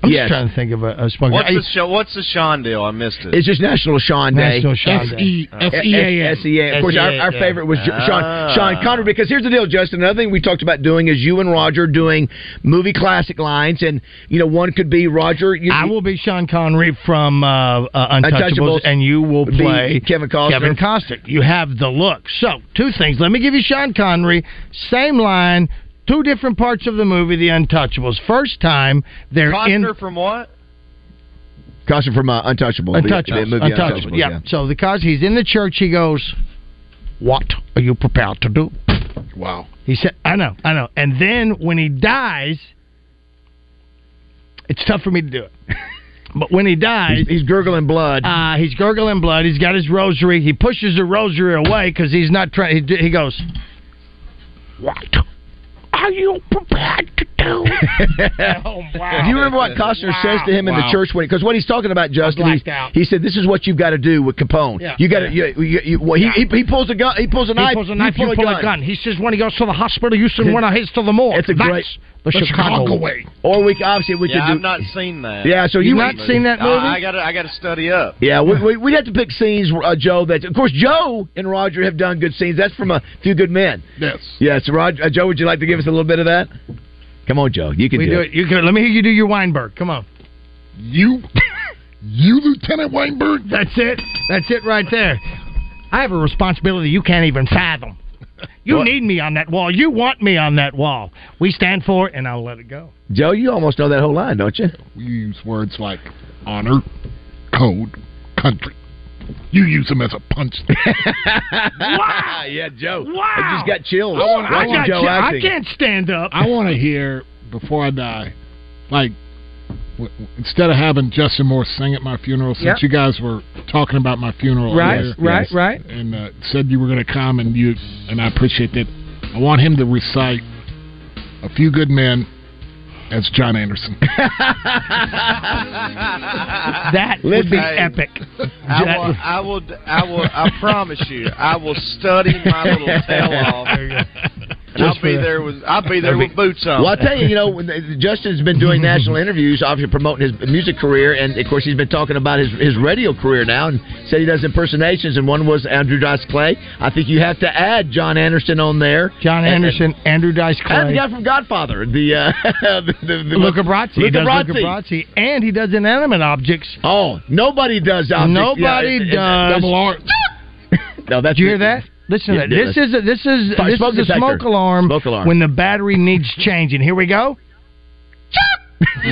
Speaker 3: I'm
Speaker 5: Yes.
Speaker 3: just trying to think of a, a spunk.
Speaker 6: What's
Speaker 3: I-
Speaker 6: the show? What's the Sean deal? I missed it.
Speaker 5: It's just National Sean Day.
Speaker 3: National Sean
Speaker 4: S
Speaker 3: Day.
Speaker 4: E S E A
Speaker 5: S
Speaker 4: N.
Speaker 5: E A. Of course, our, our
Speaker 3: SEA,
Speaker 5: favorite was J- Sean
Speaker 6: Ah.
Speaker 5: Sean Connery. Because here's the deal, Justin. Another thing we talked about doing is you and Roger doing movie classic lines, and you know one could be Roger. You,
Speaker 3: I will be Sean Connery from uh, uh, Untouchables,
Speaker 5: Untouchables.
Speaker 3: and you will
Speaker 5: Be
Speaker 3: play
Speaker 5: Kevin Costner.
Speaker 3: Kevin Costner. You have the look. So, two things. Let me give you Sean Connery. Same line, two different parts of the movie, The Untouchables. First time they're in
Speaker 6: Costner from what?
Speaker 5: Costner from uh, Untouchable. the- the
Speaker 3: Untouchables.
Speaker 5: movie
Speaker 3: Untouchables.
Speaker 5: Untouchables,
Speaker 3: Yeah. So the cause he's in the church, he goes, "What are you prepared to do?"
Speaker 4: Wow.
Speaker 3: He said, "I know, I know." And then when he dies, it's tough for me to do it. But when he dies,
Speaker 5: He's gurgling blood.
Speaker 3: uh, he's gurgling blood. He's got his rosary. He pushes the rosary away because he's not trying. He, d- he goes, "What are you prepared to do?" oh, wow.
Speaker 5: Do you remember what Costner
Speaker 3: Wow.
Speaker 5: says to him in the church when? Because what he's talking about, Justin,
Speaker 3: I
Speaker 5: he's,
Speaker 3: blacked out.
Speaker 5: he said, "This is what you've got to do with Capone.
Speaker 3: Yeah.
Speaker 5: You got to. You, you, you, well, he, he, he pulls a gun. He pulls a
Speaker 3: He
Speaker 5: knife.
Speaker 3: pulls a knife, you pull, a, gun. He says when he goes to the hospital, you send
Speaker 5: It's-
Speaker 3: one of his to the morgue.
Speaker 5: it's a
Speaker 3: That's
Speaker 5: great-
Speaker 3: the Chicago,
Speaker 4: Chicago
Speaker 3: way.
Speaker 4: way.
Speaker 5: Or we obviously we
Speaker 6: Yeah,
Speaker 5: could
Speaker 6: I've
Speaker 5: do.
Speaker 6: not seen that.
Speaker 5: yeah, so you
Speaker 3: You've not seen that movie?
Speaker 6: I, I gotta. I gotta study up.
Speaker 5: Yeah, we, we, we'd have to pick scenes, uh, Joe. That of course Joe and Roger have done good scenes. That's from a few good men.
Speaker 4: Yes.
Speaker 5: Yeah, so Roger, uh, Joe, would you like to give us a little bit of that? Come on, Joe, you can
Speaker 3: we
Speaker 5: do,
Speaker 3: do
Speaker 5: it.
Speaker 3: it. You can, let me hear you do your Weinberg. Come on.
Speaker 4: You, you, Lieutenant Weinberg.
Speaker 3: That's it. That's it right there. I have a responsibility you can't even fathom. You need me on that wall. You want me on that wall. We stand for it, and I'll let it go.
Speaker 5: Joe, you almost know that whole line, don't you?
Speaker 4: We use words like honor, code, country. You use them as a punch.
Speaker 5: Wow. yeah, Joe. I
Speaker 3: Wow.
Speaker 5: just got chills.
Speaker 3: I,
Speaker 5: watching
Speaker 3: got
Speaker 5: Joe
Speaker 3: you. I
Speaker 5: acting.
Speaker 3: can't stand up.
Speaker 4: I want to hear before I die, like w- w- instead of having Justin Moore sing at my funeral, since
Speaker 3: Yep.
Speaker 4: you guys were talking about my funeral,
Speaker 3: Right,
Speaker 4: earlier,
Speaker 3: right, right.
Speaker 4: and uh, said you were going to come, and you and I appreciate that. I want him to recite a few good men as John Anderson.
Speaker 3: that would be
Speaker 6: Listen.
Speaker 3: epic.
Speaker 6: I
Speaker 3: That-
Speaker 6: will, I will. I will. I promise you. I will study my little tail off.
Speaker 3: There you go.
Speaker 6: I'll be there with I'll be there with boots on.
Speaker 5: Well, I'll tell you, you know, when- Justin's been doing national interviews, obviously promoting his music career, and of course, he's been talking about his, his radio career now and said he does impersonations, and one was Andrew Dice Clay. I think you have to add John Anderson on there.
Speaker 3: John
Speaker 5: And-
Speaker 3: Anderson, Andrew Dice Clay.
Speaker 5: And the guy from Godfather, the uh, the, the, the
Speaker 3: Luca Brasi.
Speaker 5: Luca Brasi.
Speaker 3: Brasi. And he does inanimate objects.
Speaker 5: Oh, nobody does objects.
Speaker 3: Nobody
Speaker 5: Yeah, it- it-
Speaker 3: does.
Speaker 5: double R. No, that's
Speaker 3: Did you hear that? Listen
Speaker 5: Yeah,
Speaker 3: to that.
Speaker 5: yeah,
Speaker 3: This is a, this is
Speaker 5: Sorry,
Speaker 3: this
Speaker 5: smoke
Speaker 3: is a
Speaker 5: detector.
Speaker 3: smoke alarm,
Speaker 5: Smoke alarm.
Speaker 3: when the battery needs changing. Here we go.
Speaker 5: All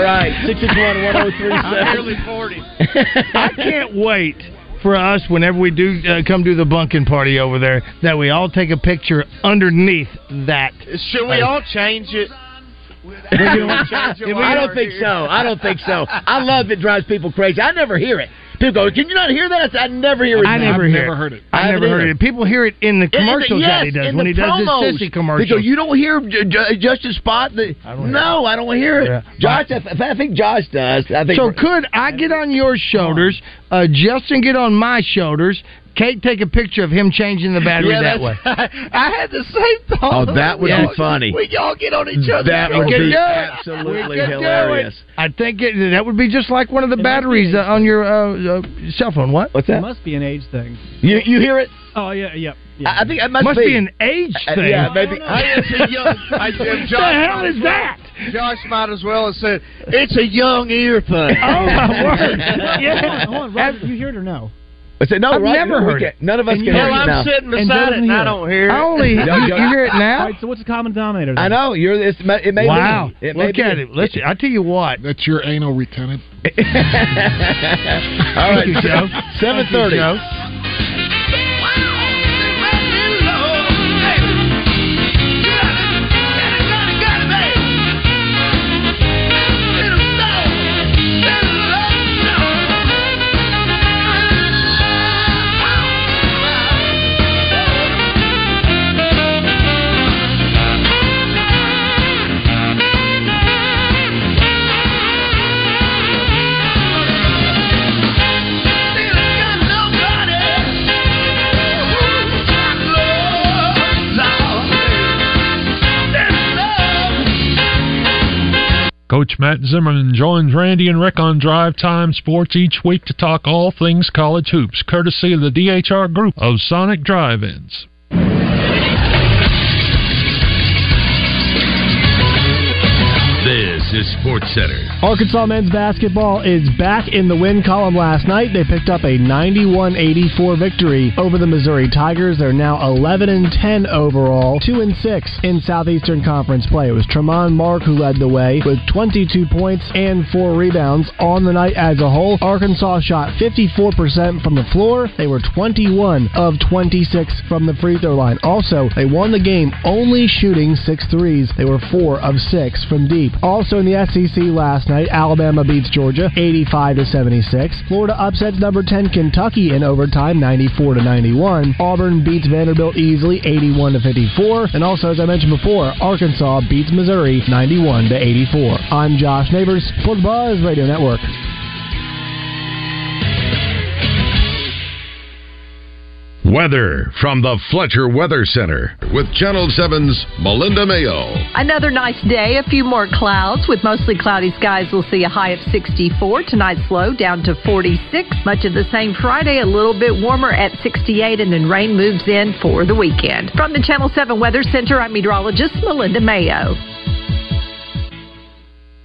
Speaker 5: right,
Speaker 6: oh
Speaker 5: 661
Speaker 6: forty.
Speaker 3: I can't wait for us whenever we do uh, come do the bunking party over there that we all take a picture underneath that.
Speaker 6: Should we all change it?
Speaker 5: I don't think so. I don't think so. I love it drives people crazy. I never hear it. People go, "Can you not hear that?" I said, I never hear it.
Speaker 3: I never
Speaker 4: I've
Speaker 3: hear
Speaker 4: never
Speaker 3: it.
Speaker 4: heard it.
Speaker 5: I
Speaker 3: I never
Speaker 5: haven't
Speaker 3: heard
Speaker 5: either.
Speaker 3: it. People hear it in the
Speaker 5: In the-
Speaker 3: commercials
Speaker 5: yes,
Speaker 3: that he does
Speaker 5: in
Speaker 3: when
Speaker 5: the
Speaker 3: he does his
Speaker 5: promos.
Speaker 3: sissy
Speaker 5: Because
Speaker 3: commercials.
Speaker 5: you don't hear J- J- Justice spot. The,
Speaker 3: don't
Speaker 5: no, I don't hear it.
Speaker 3: Yeah.
Speaker 5: Josh, if, if I think Josh does. I think
Speaker 3: so could I get on your shoulders, uh, Justin get on my shoulders, Kate take a picture of him changing the battery
Speaker 5: Yeah,
Speaker 3: that way?
Speaker 5: that's-
Speaker 6: I had the same thought.
Speaker 5: Oh, that would
Speaker 6: Yeah.
Speaker 5: be funny.
Speaker 6: We all get on each other.
Speaker 5: That
Speaker 6: We
Speaker 5: would
Speaker 6: can
Speaker 5: be
Speaker 6: do it.
Speaker 5: absolutely
Speaker 3: We could do it.
Speaker 5: hilarious.
Speaker 3: I think it, that would be just like one of the batteries uh, on your uh, uh, cell phone. What?
Speaker 5: What's
Speaker 8: It
Speaker 5: that?
Speaker 8: must be an age thing.
Speaker 5: You you hear it?
Speaker 8: Oh yeah, yeah. yeah.
Speaker 5: I I think it must,
Speaker 3: Must be an age
Speaker 5: Uh,
Speaker 3: thing.
Speaker 5: yeah, maybe.
Speaker 6: Hey, it's a young. I,
Speaker 3: What
Speaker 6: Josh,
Speaker 3: the hell is that?
Speaker 6: Josh might as well have said it's a young ear thing.
Speaker 3: Oh my word! Yeah.
Speaker 8: Hold on, Robert, you hear it or no?
Speaker 5: I said, no,
Speaker 3: I've
Speaker 5: right?
Speaker 3: never
Speaker 5: We
Speaker 3: heard
Speaker 5: can't- None of us can
Speaker 8: And you-
Speaker 5: hear
Speaker 6: Well,
Speaker 5: it
Speaker 6: I'm
Speaker 5: now.
Speaker 8: And
Speaker 6: sitting beside it,
Speaker 8: doesn't
Speaker 6: and
Speaker 8: hear
Speaker 6: I
Speaker 8: it.
Speaker 6: don't hear
Speaker 3: I
Speaker 6: it.
Speaker 3: only you,
Speaker 5: No, you-
Speaker 3: hear it now.
Speaker 8: All right, so what's the common denominator? then?
Speaker 5: I know you're. It's, it may
Speaker 3: Wow!
Speaker 5: Be. It may
Speaker 3: Look
Speaker 5: be.
Speaker 3: at it. Listen, I tell you what.
Speaker 4: That's your anal retentive.
Speaker 5: All right,
Speaker 3: Thank you, Joe.
Speaker 5: Seven thirty.
Speaker 3: Thank you,
Speaker 9: Coach Matt Zimmerman joins Randy and Rick on Drive Time Sports each week to talk all things college hoops, courtesy of the DHR Group of Sonic Drive-Ins.
Speaker 10: This is Sports Center.
Speaker 8: Arkansas men's basketball is back in the win column last night. They picked up a 91-84 victory over the Missouri Tigers. They're now 11 and 10 overall, 2 and 6 in Southeastern Conference play. It was Tremont Mark who led the way with 22 points and 4 rebounds on the night as a whole. Arkansas shot 54% from the floor. They were 21 of 26 from the free throw line. Also, they won the game only shooting 6 threes. They were 4 of 6 from deep. Also in the SEC last night, Alabama beats Georgia 85 to 76. Florida upsets number 10 Kentucky in overtime 94 to 91. Auburn beats Vanderbilt easily 81 to 54. And also as I mentioned before, Arkansas beats Missouri 91 to 84. I'm Josh Neighbors for the Buzz Radio Network.
Speaker 1: Weather from the Fletcher Weather Center with Channel 7's Melinda Mayo.
Speaker 11: Another nice day, a few more clouds with mostly cloudy skies. We'll see a high of 64. Tonight's low down to 46. Much of the same Friday, a little bit warmer at 68, and then rain moves in for the weekend. From the Channel 7 Weather Center, I'm meteorologist Melinda Mayo.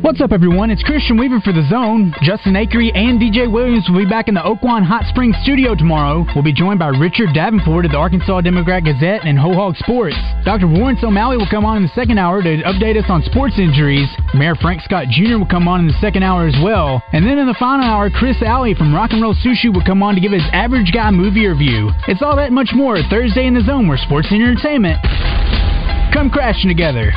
Speaker 8: What's up, everyone? It's Christian Weaver for The Zone. Justin Akery and DJ Williams will be back in the Oakwan Hot Springs studio tomorrow. We'll be joined by Richard Davenport of the Arkansas Democrat Gazette and Ho Hog Sports. Dr. Warren O'Malley will come on in the second hour to update us on sports injuries. Mayor Frank Scott Jr. will come on in the second hour as well. And then in the final hour, Chris Alley from Rock and Roll Sushi will come on to give his Average Guy movie review. It's all that much more Thursday in The Zone, where sports and entertainment come crashing together.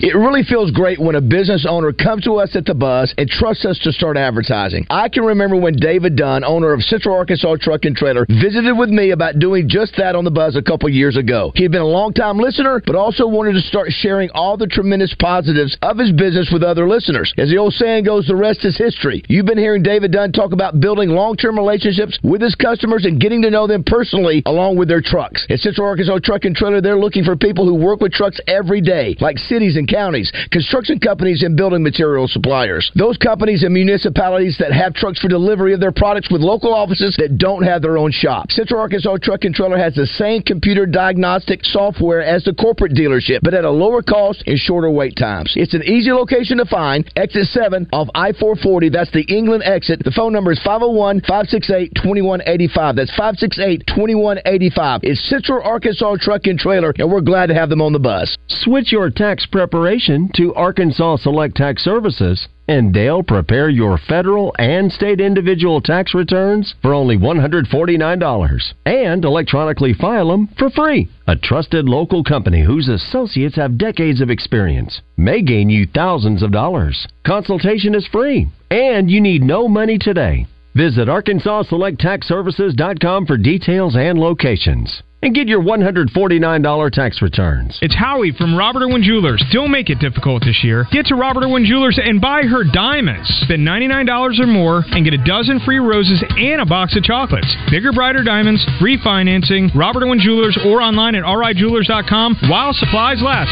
Speaker 5: It really feels great when a business owner comes to us at the buzz and trusts us to start advertising. I can remember when David Dunn, owner of Central Arkansas Truck and Trailer, visited with me about doing just that on the buzz a couple years ago. He had been a longtime listener, but also wanted to start sharing all the tremendous positives of his business with other listeners. As the old saying goes, the rest is history. You've been hearing David Dunn talk about building long term relationships with his customers and getting to know them personally along with their trucks. At Central Arkansas Truck and Trailer, they're looking for people who work with trucks every day, like cities and counties, construction companies, and building material suppliers. Those companies and municipalities that have trucks for delivery of their products with local offices that don't have their own shop. Central Arkansas Truck and Trailer has the same computer diagnostic software as the corporate dealership, but at a lower cost and shorter wait times. It's an easy location to find. Exit 7 off I 440. That's the England exit. The phone number is 501 568 2185. That's 568 2185. It's Central Arkansas Truck and Trailer, and we're glad to have them on the bus.
Speaker 12: Switch your tax preparation to Arkansas Select Tax Services, and they'll prepare your federal and state individual tax returns for only $149 and electronically file them for free. A trusted local company whose associates have decades of experience may gain you thousands of dollars. Consultation is free, and you need no money today. Visit ArkansasSelectTaxServices.com for details and locations and get your $149 tax returns.
Speaker 13: It's Howie from Robert Irwin Jewelers. Don't make it difficult this year. Get to Robert Irwin Jewelers and buy her diamonds. Spend $99 or more and get a dozen free roses and a box of chocolates. Bigger, brighter diamonds, free financing, Robert Irwin Jewelers or online at rijewelers.com while supplies last.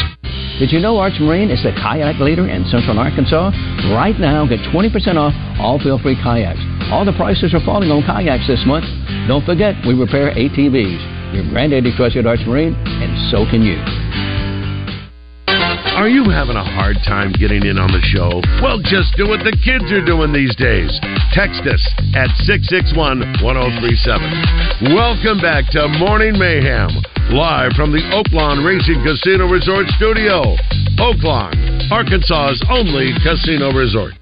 Speaker 14: Did you know Arch Marine is the kayak leader in central Arkansas? Right now, get 20% off all feel free kayaks. All the prices are falling on kayaks this month. Don't forget, we repair ATVs. Your granddaddy trusted Arch Marine, and so can you.
Speaker 1: Are you having a hard time getting in on the show? Well, just do what the kids are doing these days. Text us at 661 1037. Welcome back to Morning Mayhem, live from the Oaklawn Racing Casino Resort Studio. Oaklawn, Arkansas's only casino resort.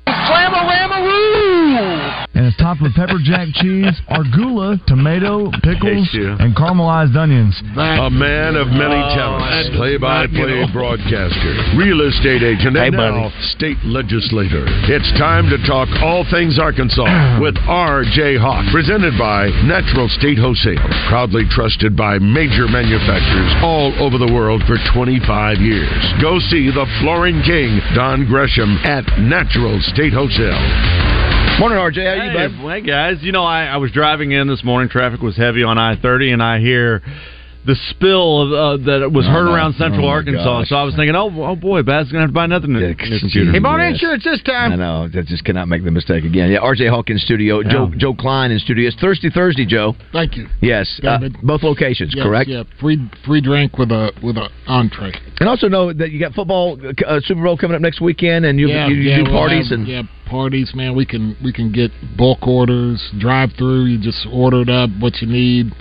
Speaker 15: and it's topped with pepper jack cheese, arugula, tomato, pickles, and caramelized onions.
Speaker 1: A man of many talents, play-by-play broadcaster, real estate agent, and now state legislator. It's time to talk all things Arkansas with R.J. Hawk, presented by Natural State Wholesale, proudly trusted by major manufacturers all over the world for 25 years. Go see the flooring king, Don Gresham, at Natural State Wholesale.
Speaker 16: Morning, RJ.
Speaker 17: How you, hey, hey, guys. You know, I, I was driving in this morning. Traffic was heavy on I thirty, and I hear the spill of, uh, that was
Speaker 5: Oh,
Speaker 17: heard
Speaker 5: no.
Speaker 17: around Central
Speaker 5: Oh, my
Speaker 17: Arkansas.
Speaker 5: gosh.
Speaker 17: So I was thinking, oh, oh boy, Bad's gonna have to buy another new, new computer.
Speaker 5: insurance this time. I know. I just cannot make the mistake again. Yeah, RJ Hawk in studio.
Speaker 17: Yeah.
Speaker 5: Joe Joe Klein in studio. It's Thirsty Thursday, Joe.
Speaker 4: Thank you.
Speaker 5: Yes. uh,
Speaker 4: David.
Speaker 5: both locations,
Speaker 4: Yes,
Speaker 5: correct?
Speaker 4: Yeah, free free drink with a with a entree.
Speaker 5: And also know that you got football uh, Super Bowl coming up next weekend, and you,
Speaker 4: yeah,
Speaker 5: you, you
Speaker 4: yeah,
Speaker 5: do
Speaker 4: we'll
Speaker 5: parties
Speaker 4: have-
Speaker 5: and
Speaker 4: yeah, parties, man. We can we can get bulk orders, drive through. You just order it up what you need,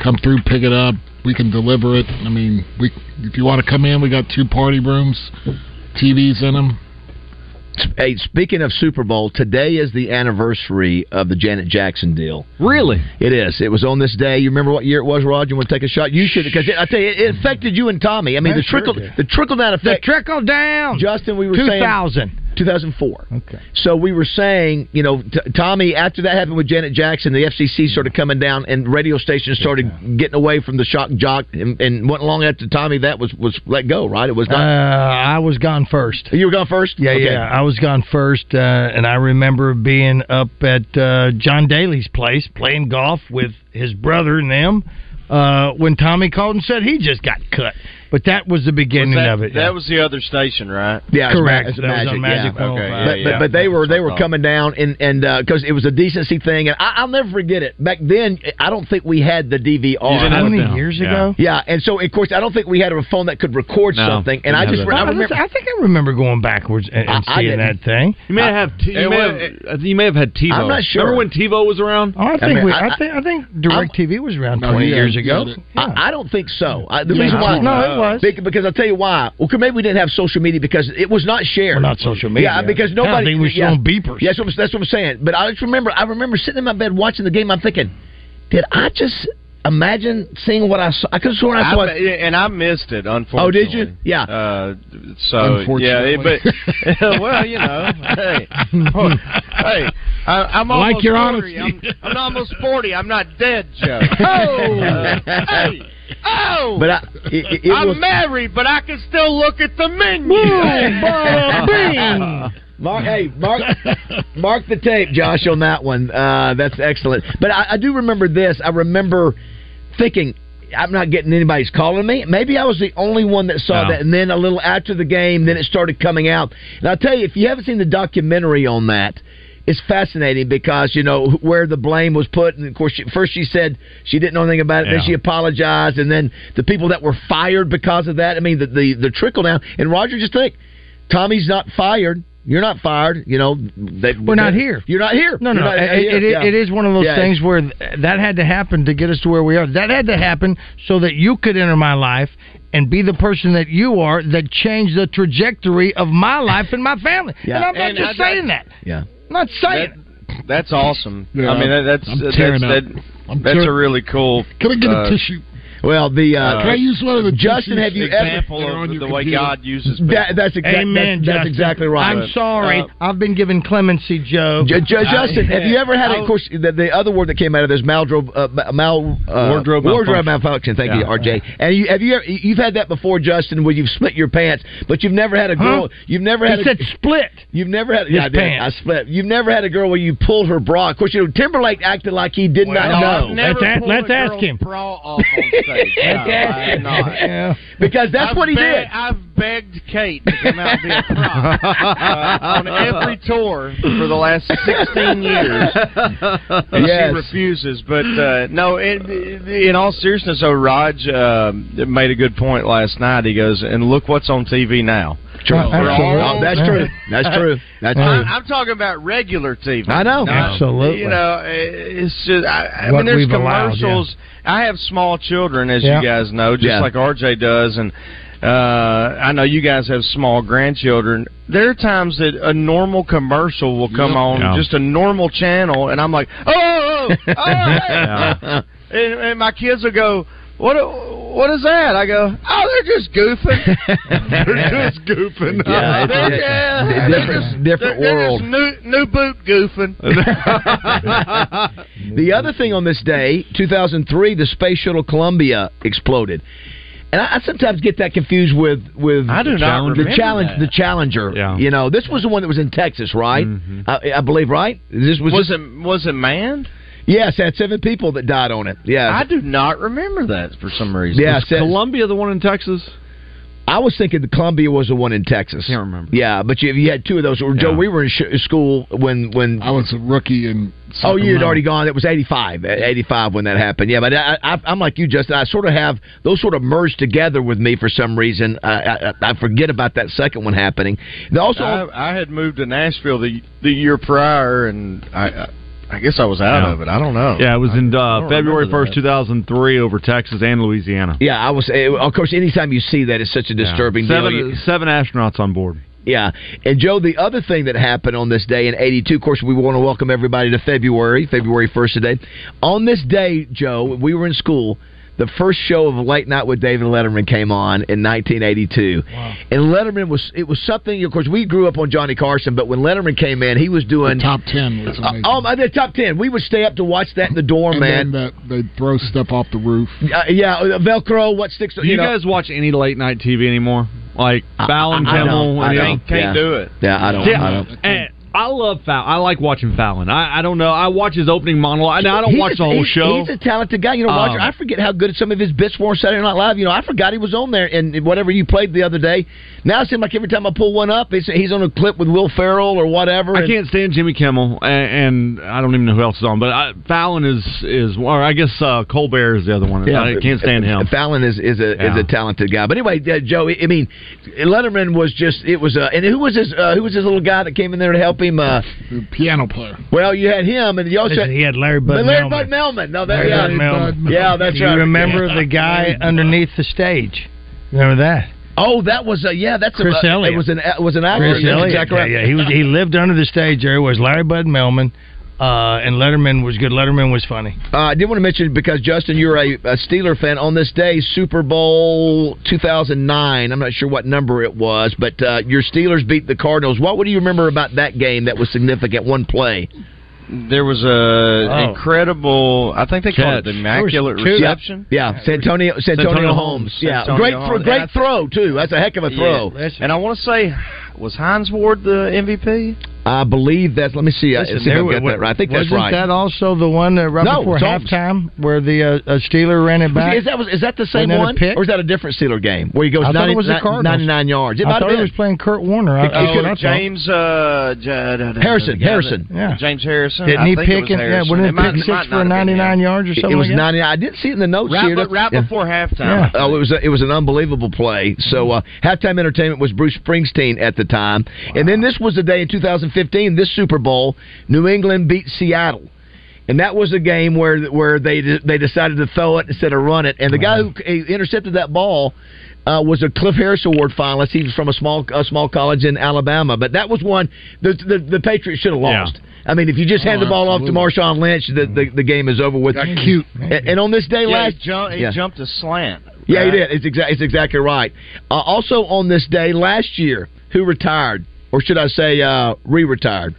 Speaker 4: come through, pick it up. We can deliver it. I mean, we if you want to come in, we got two party rooms, TVs in them.
Speaker 5: Hey, speaking of Super Bowl, today is the anniversary of the Janet Jackson deal.
Speaker 17: Really?
Speaker 5: It is. It was on this day. You remember what year it was, Roger? You want to take a shot? You should, because I tell you, it affected you and Tommy. I mean,
Speaker 3: Yeah,
Speaker 5: the
Speaker 3: sure
Speaker 5: trickle,
Speaker 3: it did.
Speaker 5: the trickle down effect.
Speaker 3: The trickle down.
Speaker 5: Justin, we were saying
Speaker 3: 2000.
Speaker 5: 2004. Okay. So we were saying, you know, t- Tommy. After that happened with Janet Jackson, the FCC started coming down, and radio stations started getting away from the shock jock. And, and wasn't long after Tommy that was was let go. Right? It was
Speaker 3: Uh,
Speaker 5: not.
Speaker 3: I was gone first.
Speaker 5: You were gone first?
Speaker 3: Yeah,
Speaker 5: Okay.
Speaker 3: yeah. I was gone first, uh, and I remember being up at uh, John Daly's place playing golf with his brother and them uh, when Tommy called and said he just got cut. But that was the beginning
Speaker 6: that,
Speaker 3: of it.
Speaker 6: That was the other station, right?
Speaker 5: Yeah, it's
Speaker 3: Correct.
Speaker 5: ma- it's
Speaker 3: That was
Speaker 5: magic.
Speaker 3: on Magic
Speaker 5: yeah.
Speaker 3: 105.
Speaker 5: but,
Speaker 3: Yeah,
Speaker 5: but,
Speaker 3: yeah.
Speaker 5: but they were they
Speaker 3: That's what
Speaker 6: Oh.
Speaker 5: were
Speaker 3: I
Speaker 5: coming down and and because it was a decency thing, and I, I'll never forget it. Back then, I don't think we had the DVR.
Speaker 3: You didn't have it How many down. years Yeah. ago?
Speaker 5: Yeah, and so of course I don't think we had a phone that could record
Speaker 3: No,
Speaker 5: something.
Speaker 3: didn't
Speaker 5: And I
Speaker 3: have
Speaker 5: just
Speaker 3: that.
Speaker 5: I
Speaker 3: I was-
Speaker 5: remember.
Speaker 3: I think I remember going backwards and, and
Speaker 5: I- I
Speaker 3: seeing
Speaker 5: didn't.
Speaker 3: that thing.
Speaker 17: You may have t- you
Speaker 3: It
Speaker 17: may
Speaker 3: wa-
Speaker 17: have, I think you may have had TiVo.
Speaker 3: I'm not sure.
Speaker 17: Remember when TiVo was around?
Speaker 3: Oh, I think we, I, think I think DirecTV was around
Speaker 17: No,
Speaker 3: 20
Speaker 17: yeah,
Speaker 3: Oh, years
Speaker 17: yeah,
Speaker 3: ago.
Speaker 17: that-
Speaker 5: I, I don't think so. I, the
Speaker 3: Yeah,
Speaker 5: reason
Speaker 3: I
Speaker 5: why
Speaker 3: think- No, it was.
Speaker 5: Bec- because I'll tell you why. Well, 'cause maybe we didn't have social media because it was not shared.
Speaker 3: Well, not social media.
Speaker 5: Yeah, because
Speaker 3: Hell,
Speaker 5: nobody.
Speaker 3: they were
Speaker 5: yeah.
Speaker 3: showing beepers.
Speaker 5: Yeah, that's what, I'm- that's what I'm saying. But I just remember. I remember sitting in my bed watching the game. I'm thinking, did I just? imagine seeing what I saw. I could have sworn I
Speaker 6: I,
Speaker 5: saw.
Speaker 6: mi-
Speaker 5: it.
Speaker 6: and I missed it,
Speaker 5: Oh,
Speaker 6: unfortunately.
Speaker 5: did you? Yeah.
Speaker 6: Uh, so yeah, it- but well, you know, hey, hey, I, I'm
Speaker 5: I like
Speaker 6: almost
Speaker 5: your
Speaker 6: 40.
Speaker 5: honesty.
Speaker 6: I'm, I'm almost forty. I'm not dead, Joe.
Speaker 5: Oh.
Speaker 6: hey, oh,
Speaker 5: But I, it, it- it
Speaker 6: I'm
Speaker 5: was-
Speaker 6: married, but I can still look at the menu.
Speaker 5: Mark, hey, mark, mark the tape, Josh, on that one. Uh, that's excellent. But I, I do remember this. I remember thinking, I'm not getting anybody's calling me. Maybe I was the only one that saw
Speaker 16: No.
Speaker 5: that. And then a little after the game, then it started coming out. And I'll tell you, if you haven't seen the documentary on that, it's fascinating because you know where the blame was put, and of course, she, first she said she didn't know anything about it. Then
Speaker 16: Yeah.
Speaker 5: she apologized, and then the people that were fired because of that. I mean, the the, the trickle down. And Roger, just think, Tommy's not fired. You're not fired. You know, they,
Speaker 3: We're not here.
Speaker 5: You're not here.
Speaker 3: No, no.
Speaker 5: You're not
Speaker 3: it- it-
Speaker 5: here.
Speaker 3: it-
Speaker 5: Yeah.
Speaker 3: it is one of those
Speaker 5: Yeah.
Speaker 3: things where th- that had to happen to get us to where we are. That had to happen so that you could enter my life and be the person that you are that changed the trajectory of my life and my family.
Speaker 6: Yeah.
Speaker 3: And I'm not
Speaker 6: And
Speaker 3: just
Speaker 6: I-
Speaker 3: saying that.
Speaker 5: Yeah.
Speaker 3: I'm not saying it.
Speaker 6: That's awesome.
Speaker 5: Yeah,
Speaker 6: I mean, that, that's uh,
Speaker 5: I'm
Speaker 6: that's
Speaker 5: tearing
Speaker 6: that,
Speaker 5: up. I'm
Speaker 6: that's
Speaker 5: tearing-
Speaker 6: a really cool.
Speaker 5: Can I get a
Speaker 6: uh,
Speaker 5: tissue? Well, the uh,
Speaker 6: Can I use
Speaker 5: one of the Justin?
Speaker 6: tissues?
Speaker 5: Have you
Speaker 6: Example
Speaker 5: ever
Speaker 6: of the way God uses
Speaker 5: That, that's exactly
Speaker 3: Amen.
Speaker 5: That's, that's
Speaker 3: Justin.
Speaker 5: exactly right.
Speaker 3: I'm sorry.
Speaker 5: Uh,
Speaker 3: I've been given clemency, Joe.
Speaker 5: Ju- Ju- Justin, have you ever had?
Speaker 3: I-
Speaker 5: A, of course, the, the other word that came out of this maldro, uh, ma- mal, uh,
Speaker 17: Wardrobe
Speaker 5: wardrobe
Speaker 17: malfunction.
Speaker 5: malfunction. Thank you,
Speaker 17: Yeah.
Speaker 5: RJ. And you, have you ever, you've had that before, Justin, where you've split your pants, but you've never had a girl.
Speaker 17: Huh?
Speaker 5: You've never
Speaker 17: He
Speaker 5: had. a,
Speaker 17: said
Speaker 3: split.
Speaker 5: You've never had.
Speaker 17: his
Speaker 5: yeah, I did.
Speaker 17: pants.
Speaker 5: I split. You've never had a girl where you pulled her bra. Of course, you know Timberlake acted like he did
Speaker 6: Well,
Speaker 5: not know.
Speaker 6: I've never pulled a girl's Bra off on stage. No, I have not.
Speaker 5: Because that's
Speaker 6: I've
Speaker 5: what he
Speaker 6: be-
Speaker 5: did.
Speaker 6: I've begged Kate to come out and be a prop uh, on every tour for the last 16 years. And
Speaker 5: Yes.
Speaker 6: she refuses. But uh, no, in, in all seriousness, though, Raj uh, made a good point last night. He goes, and look what's on TV now.
Speaker 5: True. Absolutely. Oh, that's true. That's true. That's
Speaker 6: I-
Speaker 5: true.
Speaker 6: I'm talking about regular TV.
Speaker 5: I know.
Speaker 6: Not-
Speaker 5: Absolutely.
Speaker 6: You know, eh, it's just I, I
Speaker 5: What
Speaker 6: mean, there's
Speaker 5: we've allowed,
Speaker 6: commercials. I have small children, as
Speaker 5: Yeah.
Speaker 6: you guys know, just
Speaker 5: Yeah.
Speaker 6: like RJ does, and uh, I know you guys have small grandchildren. There are times that a normal commercial will come
Speaker 5: Yeah.
Speaker 6: on,
Speaker 5: Yeah.
Speaker 6: just a normal channel, and I'm like, oh, oh, oh, hey,
Speaker 5: Yeah.
Speaker 6: and, and my kids will go, what? What is that? I go, oh, they're just goofing. they're just goofing.
Speaker 5: Yeah, it's-
Speaker 6: they're,
Speaker 5: it's-
Speaker 6: yeah,
Speaker 5: it's
Speaker 6: they're
Speaker 5: different-
Speaker 6: just-
Speaker 5: different
Speaker 6: they're,
Speaker 5: world.
Speaker 6: They're just new, new boot goofing.
Speaker 5: the other thing on this day, 2003, the space shuttle Columbia exploded. And I, I sometimes get that confused with with I
Speaker 6: do not
Speaker 5: the
Speaker 6: remember
Speaker 5: challenge
Speaker 6: that.
Speaker 5: the Challenger.
Speaker 6: Yeah. Mm-hmm.
Speaker 5: You know, this was the one that was in Texas, right? I, I believe, right? This was,
Speaker 6: was it was it manned?
Speaker 5: Yes, had seven people that died on it. Yeah,
Speaker 6: I do not remember that for some reason.
Speaker 5: Yeah,
Speaker 6: Was
Speaker 5: Columbia the one in Texas. I was thinking the Columbia was the one in Texas. I can't remember. Yeah, but you, you had two of those. Joe, we were in sh- school when when I was a rookie in. Oh, you had
Speaker 4: Sacramento.
Speaker 5: already gone. It was 85, 85 when that happened. Yeah, but I, I, I'm like you, Justin. I sort of have those sort of merged together with me for some reason. I, I, I forget about that second one happening. The- also,
Speaker 6: I, I had moved to Nashville the the year prior, and I I, I guess I was out
Speaker 17: Yeah.
Speaker 6: of it. I don't know.
Speaker 17: Yeah, it was in
Speaker 6: I
Speaker 17: uh,
Speaker 6: don't
Speaker 17: February
Speaker 6: remember that.
Speaker 17: 1st, 2003, over Texas and Louisiana.
Speaker 5: yeah, I was. eh, Of course, anytime you see that, it's such a disturbing
Speaker 17: seven,
Speaker 5: deal. You-
Speaker 17: Seven astronauts on board.
Speaker 5: Yeah. And Joe, the other thing that happened on this day in 82, of course, we want to welcome everybody to February, February 1st today. On this day, Joe, we were in school. The first show of Late Night with David Letterman came on in 1982, and Letterman was it was something. Of course, we grew up on Johnny Carson, but when Letterman came in, he was doing top ten. Was amazing. oh, my- the top ten! We would stay up to watch that in the dorm,
Speaker 4: And
Speaker 5: man.
Speaker 4: then that, they throw stuff off the roof.
Speaker 5: Uh, yeah, Velcro. What sticks?
Speaker 17: Do you,
Speaker 5: you know.
Speaker 17: guys watch any late night TV anymore? Like Fallon,
Speaker 5: I- I
Speaker 17: Kimmel,
Speaker 5: don't. I
Speaker 17: any of
Speaker 5: don't.
Speaker 17: them?
Speaker 5: Yeah. Yeah, I don't.
Speaker 17: Yeah,
Speaker 5: I don't.
Speaker 17: and I love Fallon. I like watching Fallon. I, I don't know. I watch his opening monologue. Now I don't
Speaker 5: He's
Speaker 17: watch
Speaker 5: a-
Speaker 17: the whole
Speaker 5: he's-
Speaker 17: show.
Speaker 5: He's a talented guy. You know, Roger,
Speaker 17: Um,
Speaker 5: I forget how good some of his bits were on Saturday Night Live. You know, I forgot he was on there and whatever you played the other day. Now it seems like every time I pull one up, it's, he's on a clip with Will Ferrell or whatever.
Speaker 17: I
Speaker 5: and-
Speaker 17: can't stand Jimmy Kimmel, and, and I don't even know who else is on. But I, Fallon is is, or I guess uh, Colbert is the other one. I can't stand him.
Speaker 5: Fallon is is a
Speaker 17: Yeah.
Speaker 5: is a talented guy. But anyway, uh, Joe, I I mean, Letterman was just it was. Uh, and who was his uh, who was his little guy that came in there to help him? Uh,
Speaker 4: piano player.
Speaker 5: Well, you had him, and you also
Speaker 4: Listen, he had Larry Bud
Speaker 5: Larry
Speaker 4: Melman.
Speaker 5: Bud Melman. No, that,
Speaker 4: Larry
Speaker 5: yeah,
Speaker 4: Bud Melman.
Speaker 5: yeah, that's
Speaker 3: Do
Speaker 5: right.
Speaker 3: You remember
Speaker 5: Yeah.
Speaker 3: the guy underneath the stage? Remember that?
Speaker 5: Oh, that was a yeah. That's
Speaker 3: Chris
Speaker 5: a,
Speaker 3: Elliott.
Speaker 5: It was an it was an actor.
Speaker 3: Chris
Speaker 5: That's
Speaker 3: Elliott.
Speaker 5: exactly right.
Speaker 3: Yeah, yeah, he was. He lived under the stage. There was Larry Bud Melman, Uh, and Letterman was good. Letterman was funny.
Speaker 5: Uh, I did want to mention because Justin, you're a, a Steeler fan. On this day, Super Bowl 2009, I'm not sure what number it was, but uh, your Steelers beat the Cardinals. What would you remember about that game that was significant? One play.
Speaker 6: There was a incredible. I think they called it the
Speaker 5: Catch.
Speaker 6: immaculate
Speaker 5: There was two.
Speaker 6: reception.
Speaker 5: Yeah, yeah. Santonio, Santonio, Holmes. Yeah,
Speaker 6: Santonio
Speaker 5: great,
Speaker 6: Holmes.
Speaker 5: great
Speaker 6: And I-
Speaker 5: throw too. That's a heck of a throw.
Speaker 6: Yeah. And I want to say, was Heinz Ward the MVP?
Speaker 5: I believe that's. Let me see. I
Speaker 6: Listen,
Speaker 5: see if
Speaker 6: there
Speaker 5: I've
Speaker 6: wa-
Speaker 5: got that right. I think that's
Speaker 3: Wasn't
Speaker 5: right.
Speaker 3: that also the one that right
Speaker 5: No,
Speaker 3: before
Speaker 5: it's almost-
Speaker 3: halftime where the uh, uh, Steeler ran it back?
Speaker 5: Is that was is that the
Speaker 3: Wasn't
Speaker 5: same
Speaker 3: that a
Speaker 5: one,
Speaker 3: pick?
Speaker 5: or is that a different Steeler game where he goes
Speaker 3: I thought
Speaker 5: 90,
Speaker 3: it was the Cardinals.
Speaker 5: 99 yards? It
Speaker 3: I
Speaker 5: might have
Speaker 3: thought he
Speaker 5: been.
Speaker 3: was playing Kurt Warner. I,
Speaker 5: It- it
Speaker 3: I-
Speaker 5: could've
Speaker 3: I thought-
Speaker 6: James uh, Ja- da- da- da-
Speaker 5: Harrison,
Speaker 6: yeah,
Speaker 5: Harrison.
Speaker 6: that- James Harrison.
Speaker 3: Didn't
Speaker 6: I
Speaker 3: he
Speaker 6: think it
Speaker 3: pick
Speaker 6: was
Speaker 3: it? Yeah,
Speaker 6: Harrison.
Speaker 3: wouldn't he
Speaker 6: might-
Speaker 3: pick
Speaker 6: might
Speaker 3: six
Speaker 6: not
Speaker 3: for
Speaker 6: have been him.
Speaker 3: 99 yards or
Speaker 5: It-
Speaker 3: something
Speaker 5: It was
Speaker 3: like that?
Speaker 5: 99. I didn't see it in the notes
Speaker 6: Right
Speaker 5: here.
Speaker 6: be- right
Speaker 5: Yeah.
Speaker 6: before halftime.
Speaker 5: Oh, it was a, it was an unbelievable play. So uh, halftime entertainment was Bruce Springsteen at the time, and then this was the day in 2015. This Super Bowl, New England beat Seattle. And that was a game where where they they decided to throw it instead of run it. And the guy who uh, intercepted that ball uh, was a Cliff Harris Award finalist. He was from a small a small college in Alabama. But that was one the the, the Patriots should have lost. I mean, if you just hand the ball off to Marshawn Lynch, the, the the game is over with.
Speaker 6: cute.
Speaker 5: And, and on this day
Speaker 6: Yeah,
Speaker 5: last,
Speaker 6: he, ju- he
Speaker 5: Yeah.
Speaker 6: jumped a slant.
Speaker 5: Yeah, he
Speaker 6: right?
Speaker 5: did. It's, exa- it's exactly right. Uh, also on this day last year, who retired, or should I say, uh, re-retired?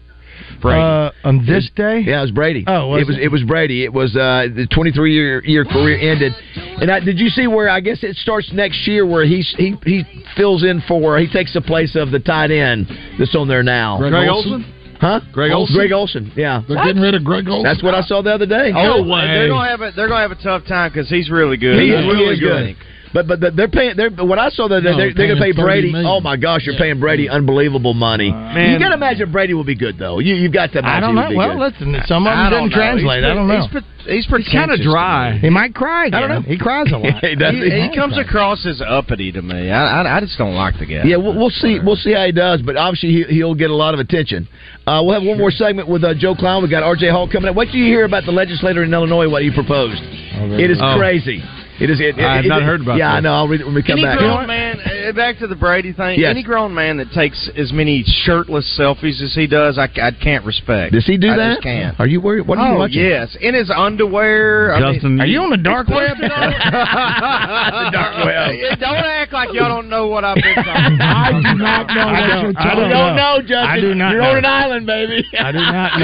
Speaker 5: Brady.
Speaker 3: Uh, on this day?
Speaker 5: Yeah, it was Brady.
Speaker 3: Oh, was
Speaker 5: it was
Speaker 3: it?
Speaker 5: it was Brady. It was uh, the 23 year year career ended. And I, did you see where I guess it starts next year where he he he fills in for he takes the place of the tight end that's on there now.
Speaker 4: Greg Greg Olson? Olson?
Speaker 5: Huh?
Speaker 4: Greg
Speaker 5: Oh,
Speaker 4: Olson?
Speaker 5: Greg Olson. Yeah.
Speaker 4: They're getting rid of Greg Olson.
Speaker 5: That's what I saw the other day.
Speaker 6: They're gonna- They're gonna have a they're gonna have a tough time because he's really good.
Speaker 5: He is really good. But but the- they're paying. They're what I saw that
Speaker 6: No,
Speaker 5: they're, they're going to pay
Speaker 6: paying 30
Speaker 5: Brady.
Speaker 6: million.
Speaker 5: Oh my gosh, you're paying Brady unbelievable money. you
Speaker 3: Uh, man.
Speaker 5: got to imagine Brady will be good though. You you've got to. Imagine
Speaker 3: I
Speaker 5: he
Speaker 3: don't know.
Speaker 5: would be
Speaker 3: Well,
Speaker 5: good.
Speaker 3: listen, some of
Speaker 5: I
Speaker 3: them
Speaker 5: don't
Speaker 3: didn't
Speaker 5: know.
Speaker 3: translate.
Speaker 5: He's-
Speaker 3: I don't know.
Speaker 5: he's pre-
Speaker 6: He's
Speaker 5: pretentious
Speaker 3: kinda
Speaker 5: to me.
Speaker 3: He might cry again.
Speaker 5: I don't know.
Speaker 3: He cries a lot.
Speaker 5: He does.
Speaker 6: He, he comes across as uppity to me. I, I I just don't like the guy.
Speaker 5: Yeah, we'll, we'll see. We'll see how he does, but obviously he, he'll get a lot of attention. Uh, we'll have one more segment with uh, Joe Clown. We got R.J. Hall coming up. What do you hear about the legislator in Illinois? What he proposed? it is
Speaker 17: Oh.
Speaker 5: crazy. It is. It,
Speaker 17: I have
Speaker 5: it-
Speaker 17: not
Speaker 5: it-
Speaker 17: heard about
Speaker 5: Yeah,
Speaker 17: that.
Speaker 5: I know. I'll read it when we come
Speaker 6: any
Speaker 5: back.
Speaker 6: grown man, uh, back to the Brady thing.
Speaker 5: Yes.
Speaker 6: Any grown man that takes as many shirtless selfies as he does, I, c- I can't respect.
Speaker 5: Does he do
Speaker 6: I
Speaker 5: that?
Speaker 6: Just can't.
Speaker 5: Are you worried? What are you
Speaker 6: oh,
Speaker 5: watching?
Speaker 6: yes, in his underwear.
Speaker 5: Justin, Are you on the dark
Speaker 6: web? the dark
Speaker 5: web.
Speaker 6: Don't act like y'all don't know what I've been talking
Speaker 3: I do not know.
Speaker 6: I
Speaker 3: what
Speaker 6: don't-
Speaker 3: you're
Speaker 6: I
Speaker 3: talking
Speaker 6: don't
Speaker 3: about.
Speaker 6: know, Justin.
Speaker 3: I do not
Speaker 6: You're
Speaker 3: know.
Speaker 6: on an
Speaker 5: island, baby.
Speaker 3: I do not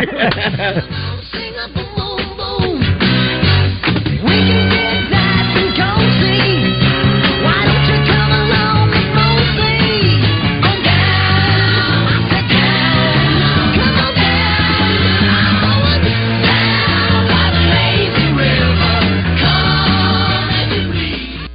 Speaker 3: know.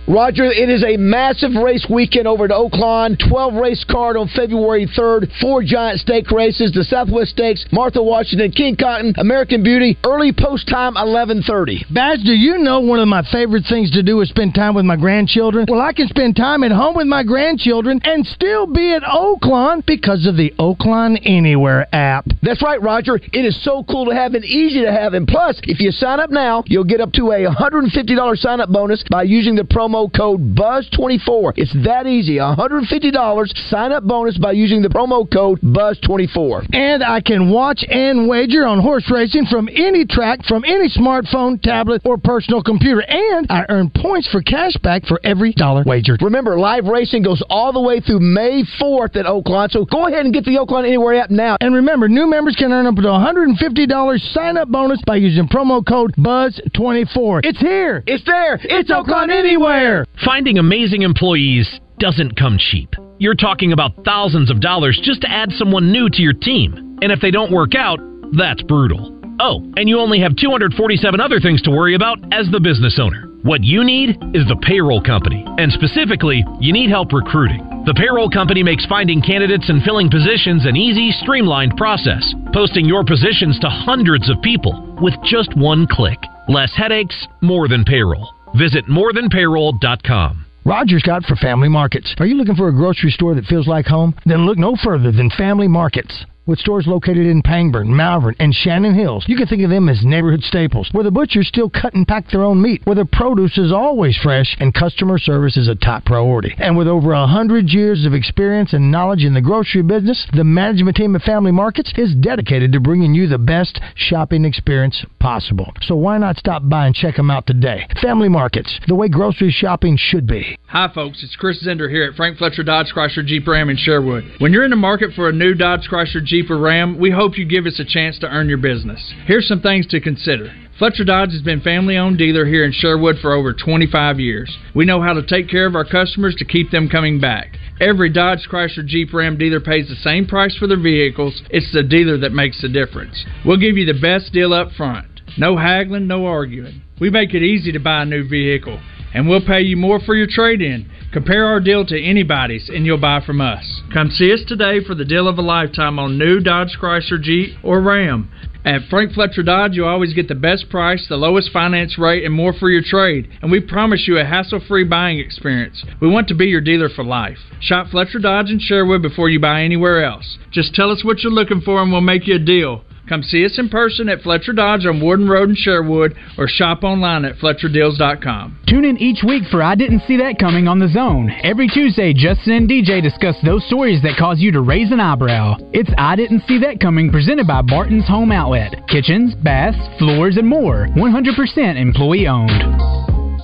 Speaker 5: Roger, it is a massive race weekend over at Oakland. 12 race card on February 3rd. Four giant stake races, the Southwest Stakes, Martha Washington, King Cotton, American Beauty, early post time 1130.
Speaker 3: Baz, do you know one of my favorite things to do is spend time with my grandchildren? Well, I can spend time at home with my grandchildren and still be at Oakland because of the Oakland Anywhere app.
Speaker 5: That's right, Roger. It is so cool to have and easy to have. And plus, if you sign up now, you'll get up to a $150 sign up bonus by using the promo code BUZZ24. It's that easy. $150 sign up bonus by using the promo code BUZZ24.
Speaker 3: And I can watch and wager on horse racing from any track, from any smartphone, tablet, or personal computer. And I earn points for cash back for every dollar wagered.
Speaker 5: Remember, live racing goes all the way through May 4th at Oakland, so go ahead and get the Oakland Anywhere app now.
Speaker 3: And remember, new members can earn up to $150 sign up bonus by using promo code BUZZ24. It's here.
Speaker 5: It's there. It's,
Speaker 3: Oakland Anywhere.
Speaker 16: Finding amazing employees doesn't come cheap. You're talking about thousands of dollars just to add someone new to your team. And if they don't work out, that's brutal. Oh, and you only have 247 other things to worry about as the business owner. What you need is the payroll company. And specifically, you need help recruiting. The payroll company makes finding candidates and filling positions an easy, streamlined process, posting your positions to hundreds of people with just one click. Less headaches, more than payroll. Visit morethanpayroll.com.
Speaker 3: Roger Scott for Family Markets. Are you looking for a grocery store that feels like home? Then look no further than Family Markets. with stores located in Pangburn, Malvern, and Shannon Hills. You can think of them as neighborhood staples, where the butchers still cut and pack their own meat, where the produce is always fresh, and customer service is a top priority. And with over a hundred years of experience and knowledge in the grocery business, the management team at Family Markets is dedicated to bringing you the best shopping experience possible. So why not stop by and check them out today? Family Markets, the way grocery shopping should be.
Speaker 18: Hi, folks. It's Chris Zender here at Frank Fletcher Dodge Chrysler Jeep Ram in Sherwood. When you're in the market for a new Dodge Chrysler Jeep or Ram, we hope you give us a chance to earn your business. Here's some things to consider. Fletcher Dodge has been family owned dealer here in Sherwood for over 25 years. We know how to take care of our customers to keep them coming back. Every Dodge Chrysler Jeep Ram dealer pays the same price for their vehicles. It's the dealer that makes the difference. We'll give you the best deal up front. No haggling, no arguing. We make it easy to buy a new vehicle, and we'll pay you more for your trade in. Compare our deal to anybody's, and you'll buy from us. Come see us today for the deal of a lifetime on new Dodge Chrysler Jeep or Ram. At Frank Fletcher Dodge, you always get the best price, the lowest finance rate, and more for your trade. And we promise you a hassle free buying experience. We want to be your dealer for life. Shop Fletcher Dodge in Sherwood before you buy anywhere else. Just tell us what you're looking for, and we'll make you a deal. Come see us in person at Fletcher Dodge on Warden Road in Sherwood or shop online at FletcherDeals.com.
Speaker 19: Tune in each week for I Didn't See That Coming on The Zone. Every Tuesday, Justin and DJ discuss those stories that cause you to raise an eyebrow. It's I Didn't See That Coming presented by Barton's Home Outlet. Kitchens, baths, floors, and more. 100% employee owned.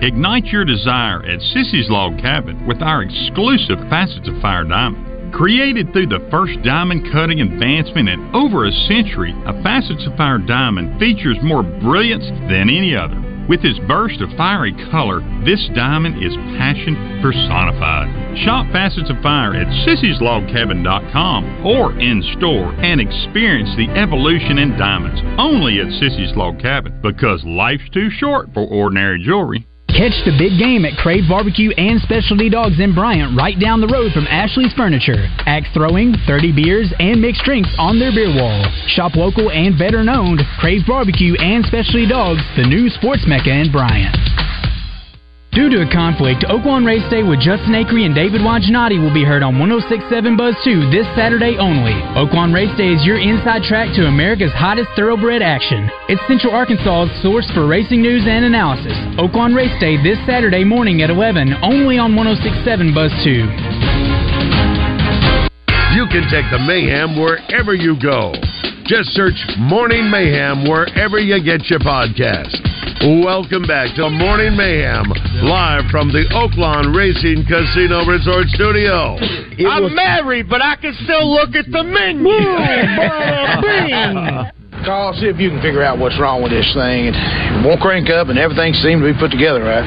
Speaker 20: Ignite your desire at Sissy's Log Cabin with our exclusive facets of fire diamond. Created through the first diamond cutting advancement in over a century, a Facets of Fire diamond features more brilliance than any other. With its burst of fiery color, this diamond is passion personified. Shop Facets of Fire at sissyslogcabin.com or in store and experience the evolution in diamonds only at Sissy's Log Cabin because life's too short for ordinary jewelry.
Speaker 19: Catch the big game at Crave Barbecue and Specialty Dogs in Bryant right down the road from Ashley's Furniture. Axe throwing, 30 beers, and mixed drinks on their beer wall. Shop local and veteran owned, Crave Barbecue and Specialty Dogs, the new sports mecca in Bryant. Due to a conflict, Oaklawn Race Day with Justin Akery and David Wajanati will be heard on 1067 Buzz 2 this Saturday only. Oaklawn Race Day is your inside track to America's hottest thoroughbred action. It's Central Arkansas's source for racing news and analysis. Oaklawn Race Day this Saturday morning at 11, only on 1067 Buzz 2.
Speaker 1: You can take the mayhem wherever you go. Just search Morning Mayhem wherever you get your podcast. Welcome back to Morning Mayhem, live from the Oaklawn Racing Casino Resort Studio.
Speaker 6: I'm married, but I can still look at the menu.
Speaker 21: Call, see if you can figure out what's wrong with this thing. It won't crank up, and everything seemed to be put together right.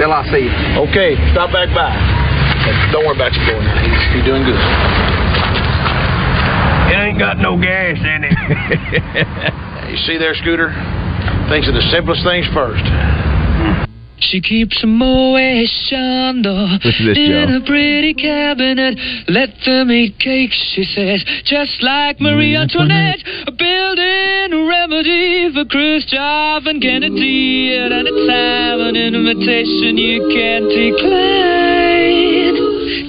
Speaker 21: Bill, I see. Okay, stop back by. Don't worry about your boy. He's- He's doing good.
Speaker 22: It ain't got no gas in it.
Speaker 21: You see there, Scooter? Thinks of the simplest things first.
Speaker 23: She keeps them away, Chandler,
Speaker 21: Listen to this,
Speaker 23: in
Speaker 21: Joe.
Speaker 23: a pretty cabinet. Let them eat cakes, she says, just like Marie
Speaker 21: Mm-hmm.
Speaker 23: Antoinette. Building a remedy for Khrushchev and Kennedy at any time, an invitation you can't decline.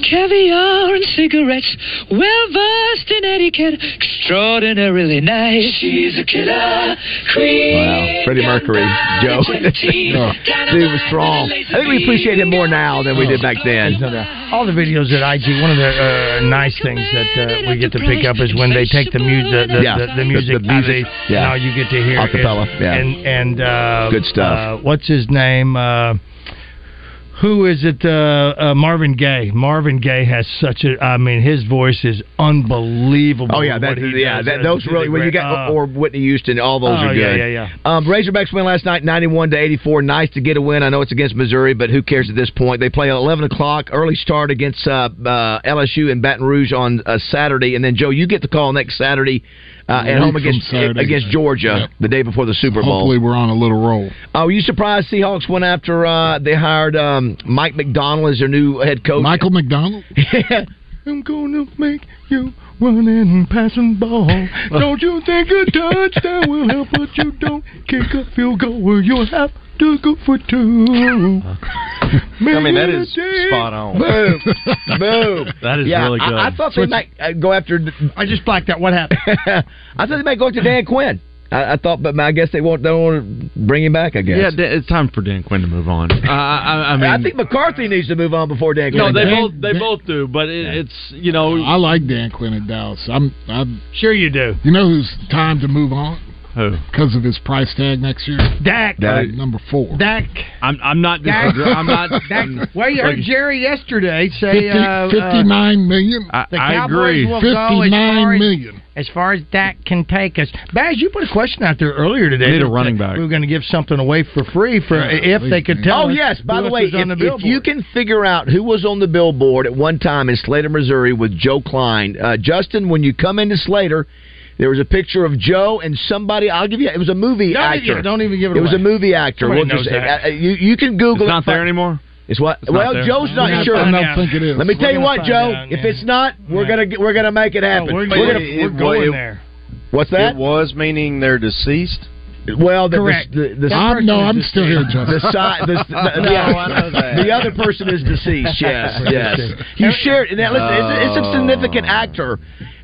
Speaker 23: Caviar and cigarettes, well versed in etiquette, extraordinarily nice. She's a killer queen.
Speaker 5: Wow, Freddie Mercury, Joe. Dude was strong. I think we appreciate him more now than we did
Speaker 3: Oh,
Speaker 5: back then.
Speaker 3: All the videos at IG, one of the uh, nice things that uh, we get to pick up is when they take the, mu- the, the,
Speaker 5: Yeah,
Speaker 3: the,
Speaker 5: the-
Speaker 3: the music,
Speaker 5: the music,
Speaker 3: out of it,
Speaker 5: yeah.
Speaker 3: now you get to hear
Speaker 5: A cappella,
Speaker 3: it.
Speaker 5: yeah.
Speaker 3: And, and uh,
Speaker 5: Good stuff.
Speaker 3: Uh, what's his name? Uh, who is it? Uh, uh, Marvin Gaye. Marvin Gaye has such a. I mean, his voice is unbelievable.
Speaker 5: Oh yeah, that,
Speaker 3: what he
Speaker 5: yeah,
Speaker 3: does.
Speaker 5: that,
Speaker 3: Uh,
Speaker 5: those really when you got
Speaker 3: uh,
Speaker 5: or Whitney Houston, all those
Speaker 3: Oh,
Speaker 5: are
Speaker 3: yeah,
Speaker 5: good.
Speaker 3: yeah,
Speaker 5: Um, Razorbacks win last night, ninety-one to eighty-four. Nice to get a win. I know it's against Missouri, but who cares at this point? They play at eleven o'clock early start against uh, uh, LSU in Baton Rouge on uh, Saturday, and then Joe, you get the call next Saturday uh,
Speaker 4: A
Speaker 5: at home
Speaker 4: week from
Speaker 5: against
Speaker 4: Saturday.
Speaker 5: against Georgia the day before the Super Bowl.
Speaker 4: Hopefully, we're on a little roll.
Speaker 5: Oh, were you surprised Seahawks went after uh, they hired um, Mike McDonald as their new head coach?
Speaker 4: Michael McDonald.
Speaker 3: I'm gonna make you running and passing ball. Don't you think a touchdown will help, but you don't kick a field goal where you'll have to go for two.
Speaker 6: I mean, that is spot on.
Speaker 5: Boom. Boom.
Speaker 17: That is
Speaker 5: yeah,
Speaker 17: really
Speaker 5: I-
Speaker 17: good.
Speaker 5: I, thought they
Speaker 17: Switch-
Speaker 5: might uh, go after. I
Speaker 3: just blacked out. What happened?
Speaker 5: I thought they might go after Dan Quinn. I, I thought, but I guess they won't. They don't want to bring him back. I guess.
Speaker 17: Yeah, Dan- it's time for Dan Quinn to move on. Uh, I, I, I mean,
Speaker 5: I think McCarthy needs to move on before Dan
Speaker 17: no,
Speaker 5: Quinn.
Speaker 17: they
Speaker 5: does.
Speaker 17: both they both do, but it, it's you know.
Speaker 4: I like Dan Quinn at Dallas. I'm, I'm
Speaker 3: sure you do.
Speaker 4: You know who's time to move on
Speaker 17: Who?
Speaker 4: because of his price tag next year?
Speaker 3: Dak.
Speaker 4: Uh, number four.
Speaker 3: Dak.
Speaker 17: I'm I'm not
Speaker 3: Dak.
Speaker 17: disagreeing. I'm not.
Speaker 3: Dak. Well, you heard Jerry yesterday say
Speaker 4: 50
Speaker 3: uh, uh,
Speaker 4: 59 million?
Speaker 3: the Cowboys will go as far as, as far as Dak can take us. Baz, you put a question out there earlier today.
Speaker 17: Need a
Speaker 3: that-
Speaker 17: running
Speaker 3: that
Speaker 17: back.
Speaker 3: We were going to give something away for free for
Speaker 5: Yeah,
Speaker 3: if they could tell.
Speaker 5: Oh
Speaker 3: us
Speaker 5: yes. By
Speaker 3: who
Speaker 5: the
Speaker 3: else
Speaker 5: way,
Speaker 3: was on
Speaker 5: if,
Speaker 3: the
Speaker 5: if
Speaker 3: billboard.
Speaker 5: you can figure out who was on the billboard at one time in Slater, Missouri, with Joe Klein, uh, Justin, when you come into Slater. There was a picture of Joe and somebody. I'll give you. It was a movie
Speaker 3: Don't-
Speaker 5: actor.
Speaker 3: yeah, don't even give it
Speaker 5: It was a
Speaker 3: away.
Speaker 5: movie actor.
Speaker 3: Somebody
Speaker 5: We'll just-
Speaker 3: knows that.
Speaker 5: uh, uh, you, you can Google.
Speaker 17: It's not
Speaker 5: it. Fi-
Speaker 17: there anymore?
Speaker 5: It's what?
Speaker 17: It's not
Speaker 5: well,
Speaker 17: there.
Speaker 5: Joe's not
Speaker 17: I'm not-
Speaker 5: sure.
Speaker 17: I don't think it is.
Speaker 5: Let me
Speaker 17: We're
Speaker 5: tell you
Speaker 17: gonna
Speaker 5: what,
Speaker 17: find
Speaker 5: Joe.
Speaker 17: out,
Speaker 5: if it's not, we're gonna get- we're gonna make it happen.
Speaker 6: we're
Speaker 5: We're gonna-
Speaker 6: going- we're going there.
Speaker 5: What's that?
Speaker 6: It was meaning they're deceased.
Speaker 5: Well, the- Correct. the- the- I'm- no, I'm still here,
Speaker 6: Justin.
Speaker 5: The, si- the, the,
Speaker 6: No,
Speaker 5: yeah.
Speaker 6: I know that.
Speaker 5: The other person is deceased. Yes, yes. You shared. And now, listen, it's, a-
Speaker 17: Oh.
Speaker 5: it's a significant actor.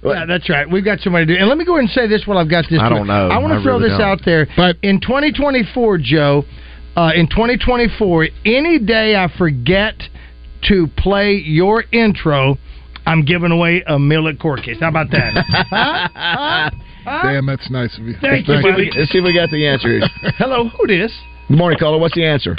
Speaker 3: Yeah, that's right. We've got somebody to do. And let me go ahead and say this while I've got this.
Speaker 5: I don't
Speaker 3: quick.
Speaker 5: know.
Speaker 3: I want
Speaker 5: I
Speaker 3: to throw
Speaker 5: really
Speaker 3: this
Speaker 5: don't.
Speaker 3: out there. But in 2024, Joe, uh, in 2024, any day I forget to play your intro, I'm giving away a meal at Corky's. How about that?
Speaker 4: Damn, that's nice of you.
Speaker 3: Thank you, buddy.
Speaker 5: Let's see if we got the answer.
Speaker 3: Hello, who this?
Speaker 5: Good morning, caller. What's the answer?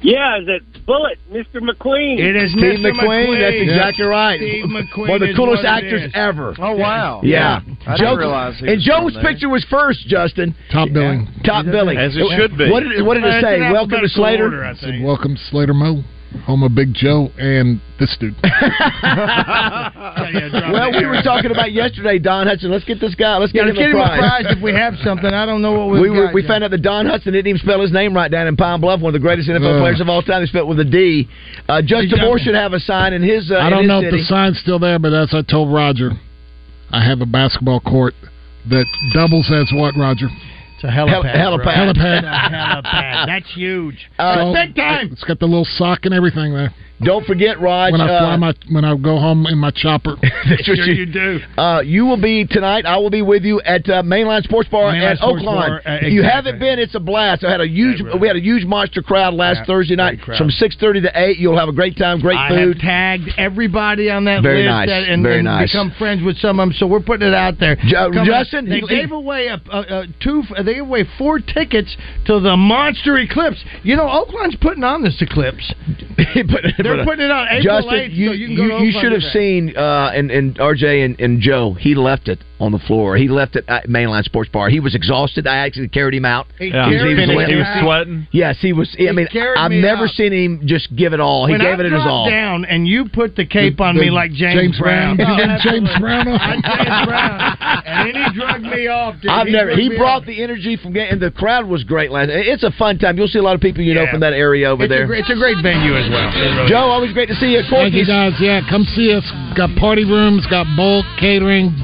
Speaker 2: Yeah, is it Bullet, Mr. McQueen?
Speaker 3: It is
Speaker 5: Steve
Speaker 3: Mr.
Speaker 5: McQueen, that's exactly right.
Speaker 3: Steve McQueen
Speaker 5: One of the
Speaker 3: is
Speaker 5: coolest
Speaker 3: what it
Speaker 5: actors
Speaker 3: is.
Speaker 5: ever.
Speaker 3: Oh wow!
Speaker 5: Yeah.
Speaker 6: I didn't
Speaker 5: Joe's-
Speaker 6: realize he
Speaker 5: and
Speaker 6: was
Speaker 5: Joe's
Speaker 6: from there.
Speaker 5: picture was first, Justin.
Speaker 4: Top billing.
Speaker 5: Top billing.
Speaker 6: As it should be.
Speaker 5: What did it, what did
Speaker 6: Uh,
Speaker 5: it
Speaker 6: it's
Speaker 5: say?
Speaker 6: in
Speaker 5: Welcome to
Speaker 6: alphabetical
Speaker 5: Slater.
Speaker 6: order, I
Speaker 4: It said, Welcome to Slater Mo, home of Big Joe and this dude.
Speaker 5: well, we were talking about yesterday, Don Hudson. Let's get this guy. Let's
Speaker 3: Yeah,
Speaker 5: get
Speaker 3: let's
Speaker 5: him
Speaker 3: get
Speaker 5: a
Speaker 3: him
Speaker 5: prize.
Speaker 3: if we have something. I don't know what we've
Speaker 5: We, were,
Speaker 3: got
Speaker 5: we
Speaker 3: yet.
Speaker 5: found out that Don Hudson didn't even spell his name right down in Pine Bluff, one of the greatest NFL
Speaker 4: Ugh.
Speaker 5: players of all time. He spelled with a D. Uh, Judge DeMore should have a sign in his. Uh,
Speaker 4: I
Speaker 5: in
Speaker 4: don't
Speaker 5: his
Speaker 4: know if
Speaker 5: city.
Speaker 4: the sign's still there, but as I told Roger, I have a basketball court that doubles as what, Roger?
Speaker 3: It's a helipad.
Speaker 4: Helipad.
Speaker 3: bro. Uh,
Speaker 4: Helipad.
Speaker 3: Helipad. That's huge.
Speaker 5: Uh,
Speaker 4: So,
Speaker 3: Big time.
Speaker 4: It's got the little sock and everything there.
Speaker 5: Don't forget, Raj.
Speaker 4: When I fly
Speaker 5: uh,
Speaker 4: my, when I go home in my chopper.
Speaker 5: That's what
Speaker 3: do.
Speaker 5: Uh, you will be tonight. I will be with you at uh, Mainline Sports Bar
Speaker 4: Mainline
Speaker 5: at
Speaker 4: Sports
Speaker 5: Oakland.
Speaker 4: Bar,
Speaker 3: eh,
Speaker 4: uh,
Speaker 5: If
Speaker 4: exactly.
Speaker 5: you haven't been, it's a blast. I had a huge. We had a huge monster crowd last
Speaker 3: Yeah,
Speaker 5: Thursday night
Speaker 3: great crowd.
Speaker 5: from six thirty to eight. You'll have a great time. Great
Speaker 3: I
Speaker 5: food.
Speaker 3: have tagged everybody on that
Speaker 5: Very
Speaker 3: list
Speaker 5: nice.
Speaker 3: that- and,
Speaker 5: Very
Speaker 3: and
Speaker 5: nice.
Speaker 3: become friends with some of them. So we're putting it out there. Come on.
Speaker 5: Uh, Justin,
Speaker 3: they
Speaker 5: you-
Speaker 3: gave away a, a, a two. They gave away four tickets to the Monster Eclipse. You know, Oakland's putting on this eclipse. They're
Speaker 5: But, uh,
Speaker 3: putting it on April
Speaker 5: Justin,
Speaker 3: 8th,
Speaker 5: you,
Speaker 3: so you can go to
Speaker 5: you
Speaker 3: Oakland
Speaker 5: should have
Speaker 3: with that.
Speaker 5: seen uh, and and RJ and, and Joe. He left it on the floor. He left it at Mainline Sports Bar. He was exhausted. I actually carried him out.
Speaker 3: He Yeah. carried me
Speaker 5: sweating.
Speaker 3: out. He was sweating?
Speaker 5: Yes, he was. I mean,
Speaker 3: carried
Speaker 5: I've
Speaker 3: me
Speaker 5: never
Speaker 3: out.
Speaker 5: seen him just give it all. He
Speaker 3: when
Speaker 5: gave
Speaker 3: I
Speaker 5: it his
Speaker 3: dropped
Speaker 5: all.
Speaker 3: down and you put the cape on me like James,
Speaker 5: James Brown.
Speaker 3: Brown. Oh,
Speaker 5: You did James
Speaker 3: Brown. I James Brown, and then he drugged me off. Dude.
Speaker 5: I've
Speaker 3: He
Speaker 5: never.
Speaker 3: drugged
Speaker 5: He
Speaker 3: me
Speaker 5: brought the energy from getting, and the crowd was great last. It's a fun time. You'll see a lot of people you know
Speaker 3: Yeah.
Speaker 5: from that area over
Speaker 3: It's a
Speaker 5: there.
Speaker 3: great- it's a great venue as well. It really
Speaker 5: Joe, always great to see you. Of course,
Speaker 4: Thank you guys. Yeah, come see us. Got party rooms, got bulk catering,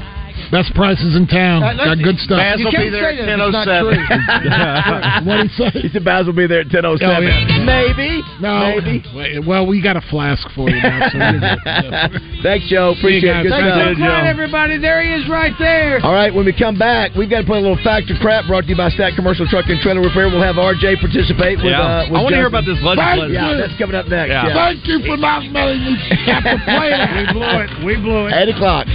Speaker 4: best prices in town.
Speaker 5: Uh, let's
Speaker 4: got good
Speaker 5: see.
Speaker 4: stuff.
Speaker 5: Baz will You can't be there at say that if it's not 10:07.
Speaker 4: what he say? He
Speaker 5: said Baz will be there at ten oh seven. Maybe.
Speaker 4: No.
Speaker 5: Maybe.
Speaker 4: Wait,
Speaker 3: Oh,
Speaker 4: Well, we got a flask for you. Now, so you're good.
Speaker 5: Thanks, Joe. Appreciate
Speaker 4: See you guys.
Speaker 5: it. Good
Speaker 4: Thanks, Joe.
Speaker 5: stuff.
Speaker 4: Good night,
Speaker 3: everybody. There he is right there.
Speaker 5: All right, when we come back, we've got to play a little Factor Crap brought to you by Stack Commercial Truck and Trailer Repair. We'll have RJ participate with, uh,
Speaker 17: Yeah.
Speaker 5: with
Speaker 17: I wanna hear
Speaker 5: Justin.
Speaker 17: about this legislative-
Speaker 5: Yeah, that's coming up next.
Speaker 17: Yeah.
Speaker 5: yeah.
Speaker 17: Thank
Speaker 4: you for not letting me have
Speaker 5: to play
Speaker 4: that.
Speaker 5: We
Speaker 3: blew it. We blew it.
Speaker 5: 8 o'clock.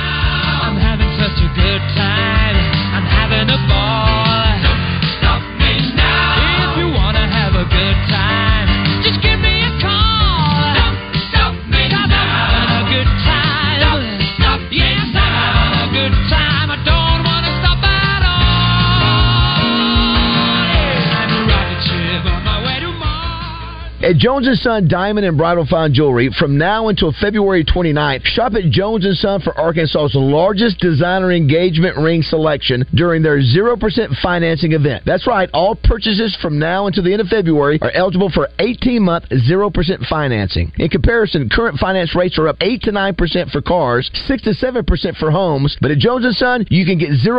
Speaker 23: I'm having such a good time. I'm having a ball. Don't stop me now. If you wanna have a good time, just give me a call. Don't stop me now. I'm having a good time. Don't stop yes, I'm having a good time. I don't wanna stop at all. Yeah, I'm a rocket ship on my way to Mars.
Speaker 5: At Uh, Jones & Son Diamond and Bridal Fine Jewelry, from now until February 29th, shop at Jones & Son for Arkansas's largest designer engagement ring selection during their 0% financing event. That's right, all purchases from now until the end of February are eligible for 18-month 0% financing. In comparison, current finance rates are up 8 to 9% for cars, 6 to 7% for homes, but at Jones & Son, you can get 0